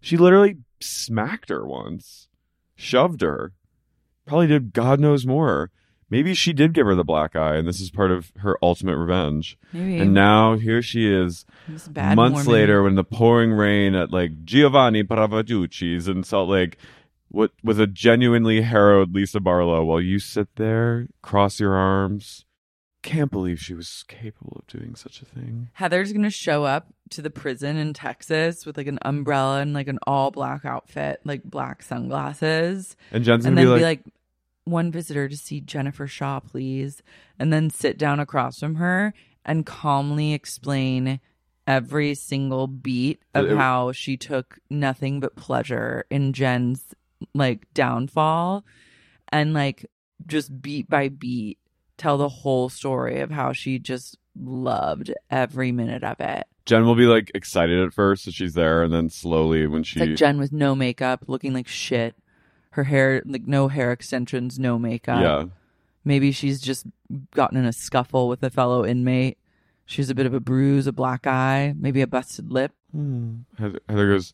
Speaker 1: She literally smacked her once, shoved her. Probably did God knows more. Maybe she did give her the black eye, and this is part of her ultimate revenge.
Speaker 2: Maybe.
Speaker 1: And now here she is,
Speaker 2: This bad
Speaker 1: months
Speaker 2: Mormon.
Speaker 1: later, when the pouring rain at like Giovanni Bravaducci's in Salt Lake, with, with a genuinely harrowed Lisa Barlow, while you sit there, cross your arms. Can't believe she was capable of doing such a thing.
Speaker 2: Heather's gonna show up to the prison in Texas with like an umbrella and like an all black outfit, like black sunglasses,
Speaker 1: And Jen's
Speaker 2: and
Speaker 1: gonna
Speaker 2: then
Speaker 1: be like,
Speaker 2: one visitor to see Jennifer Shaw, please, and then sit down across from her and calmly explain every single beat of
Speaker 1: It- it-
Speaker 2: how she took nothing but pleasure in Jen's like downfall and like just beat by beat tell the whole story of how she just loved every minute of it.
Speaker 1: Jen will be like excited at first that she's there, and then slowly when she
Speaker 2: It's like Jen with no makeup, looking like shit. Her hair, like no hair extensions, no makeup.
Speaker 1: yeah,
Speaker 2: Maybe she's just gotten in a scuffle with a fellow inmate. She's a bit of a bruise, a black eye, maybe a busted lip.
Speaker 1: Heather, Heather goes,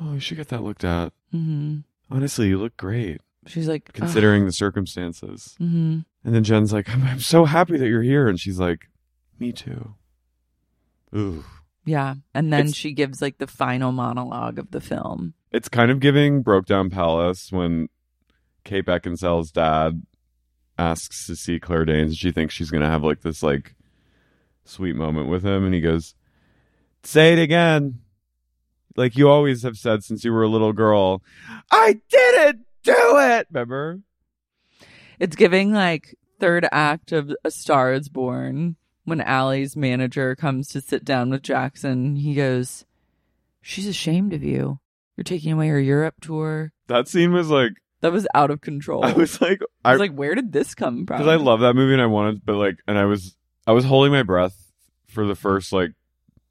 Speaker 1: "Oh, you should get that looked at.
Speaker 2: hmm
Speaker 1: Honestly, you look great
Speaker 2: She's like,
Speaker 1: considering the circumstances."
Speaker 2: hmm
Speaker 1: And then Jen's like, I'm, "I'm so happy that you're here," and she's like, "Me too." Ooh,
Speaker 2: yeah. And then
Speaker 1: It's-
Speaker 2: she gives like the final monologue of the film.
Speaker 1: it's kind of giving Broke Down Palace when Kate Beckinsale's dad asks to see Claire Danes, and she thinks she's gonna have like this like sweet moment with him, and he goes, "Say it again." like you always have said since you were a little girl, I didn't do it. Remember?
Speaker 2: It's giving like third act of A Star is Born when Allie's manager comes to sit down with Jackson. He goes, She's ashamed of you. You're taking away her Europe tour.
Speaker 1: That scene was like
Speaker 2: That was out of control.
Speaker 1: I was like
Speaker 2: I
Speaker 1: I
Speaker 2: was like, Where did this come from?
Speaker 1: because I love that movie and I wanted, but like, and I was I was holding my breath for the first like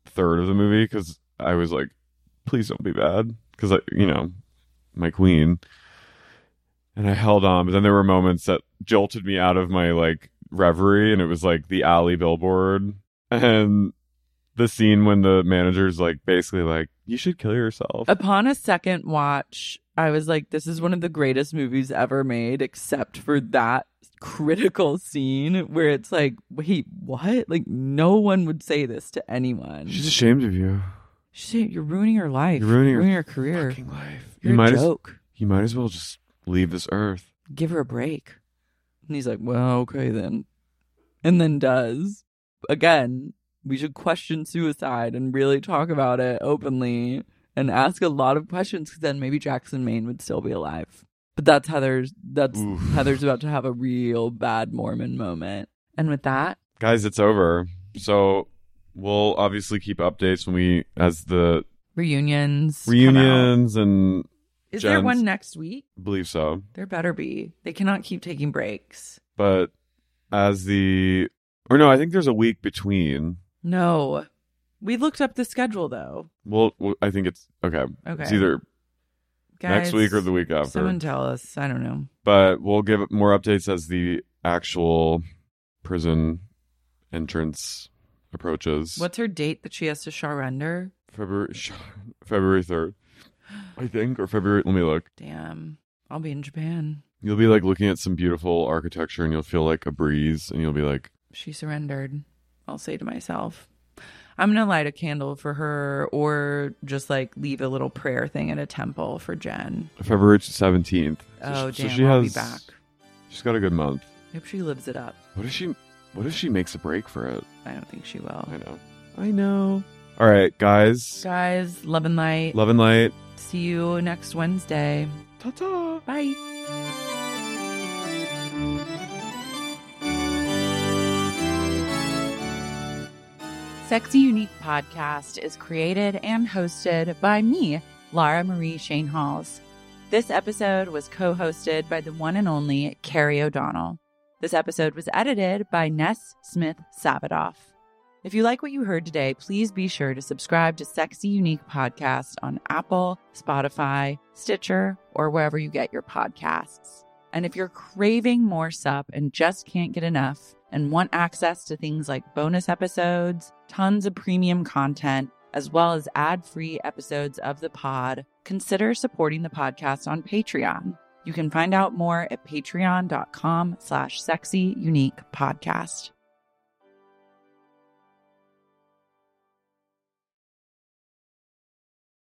Speaker 1: third of the movie because I was like, please don't be bad because I you know my queen, and I held on, but then there were moments that jolted me out of my like reverie, and it was like the alley billboard and the scene when the manager's like basically like you should kill yourself.
Speaker 2: Upon a second watch, I was like, this is one of the greatest movies ever made, except for that critical scene where it's like, wait, what? Like, no one would say this to anyone.
Speaker 1: She's ashamed of you.
Speaker 2: She said, You're ruining your life.
Speaker 1: You're ruining your
Speaker 2: your career.
Speaker 1: Fucking life.
Speaker 2: You're
Speaker 1: you might
Speaker 2: a
Speaker 1: as
Speaker 2: joke.
Speaker 1: you might as well just leave this earth.
Speaker 2: Give her a break. And he's like, Well, okay then. And then does. Again, we should question suicide and really talk about it openly and ask a lot of questions because then maybe Jackson Maine would still be alive. But that's Heather's that's
Speaker 1: Oof.
Speaker 2: Heather's about to have a real bad Mormon moment. And with that,
Speaker 1: guys it's over so we'll obviously keep updates when we as the
Speaker 2: reunions. come out.
Speaker 1: reunions and
Speaker 2: Is there
Speaker 1: Jen's-
Speaker 2: one next week?
Speaker 1: believe so
Speaker 2: There better be. They cannot keep taking breaks.
Speaker 1: but as the or no i think there's a week between
Speaker 2: No. We looked up the schedule though.
Speaker 1: well well, i think it's okay
Speaker 2: Okay.
Speaker 1: it's either next
Speaker 2: Guys,
Speaker 1: week or the week after
Speaker 2: Someone tell us. I don't know.
Speaker 1: but we'll give more updates as the actual prison entrance approaches
Speaker 2: What's her date that she has to surrender?
Speaker 1: february february 3rd i think or february let me look
Speaker 2: Damn. I'll be in Japan.
Speaker 1: You'll be like looking at some beautiful architecture and you'll feel like a breeze and you'll be like,
Speaker 2: She surrendered. I'll say to myself. I'm going to light a candle for her or just like leave a little prayer thing at a temple for Jen.
Speaker 1: February 17th.
Speaker 2: Oh,
Speaker 1: sh-
Speaker 2: damn. I'll be back.
Speaker 1: She's got a good month.
Speaker 2: Hope she lives it up.
Speaker 1: What if she, what if she makes a break for it?
Speaker 2: I don't think she will.
Speaker 1: I know. I know. All right, guys.
Speaker 2: Guys, love and light.
Speaker 1: Love and light.
Speaker 2: See you next Wednesday.
Speaker 1: Ta ta.
Speaker 2: Bye.
Speaker 6: Sexy Unique podcast is created and hosted by me, Lara Marie Shane Halls. This episode was co hosted by the one and only Carrie O'Donnell. This episode was edited by Ness Smith Savadoff. If you like what you heard today, please be sure to subscribe to Sexy Unique Podcast on Apple, Spotify, Stitcher, or wherever you get your podcasts. And if you're craving more sup and just can't get enough and want access to things like bonus episodes, tons of premium content, as well as ad free episodes of the pod, consider supporting the podcast on Patreon. You can find out more at patreon.com slash sexy unique podcast.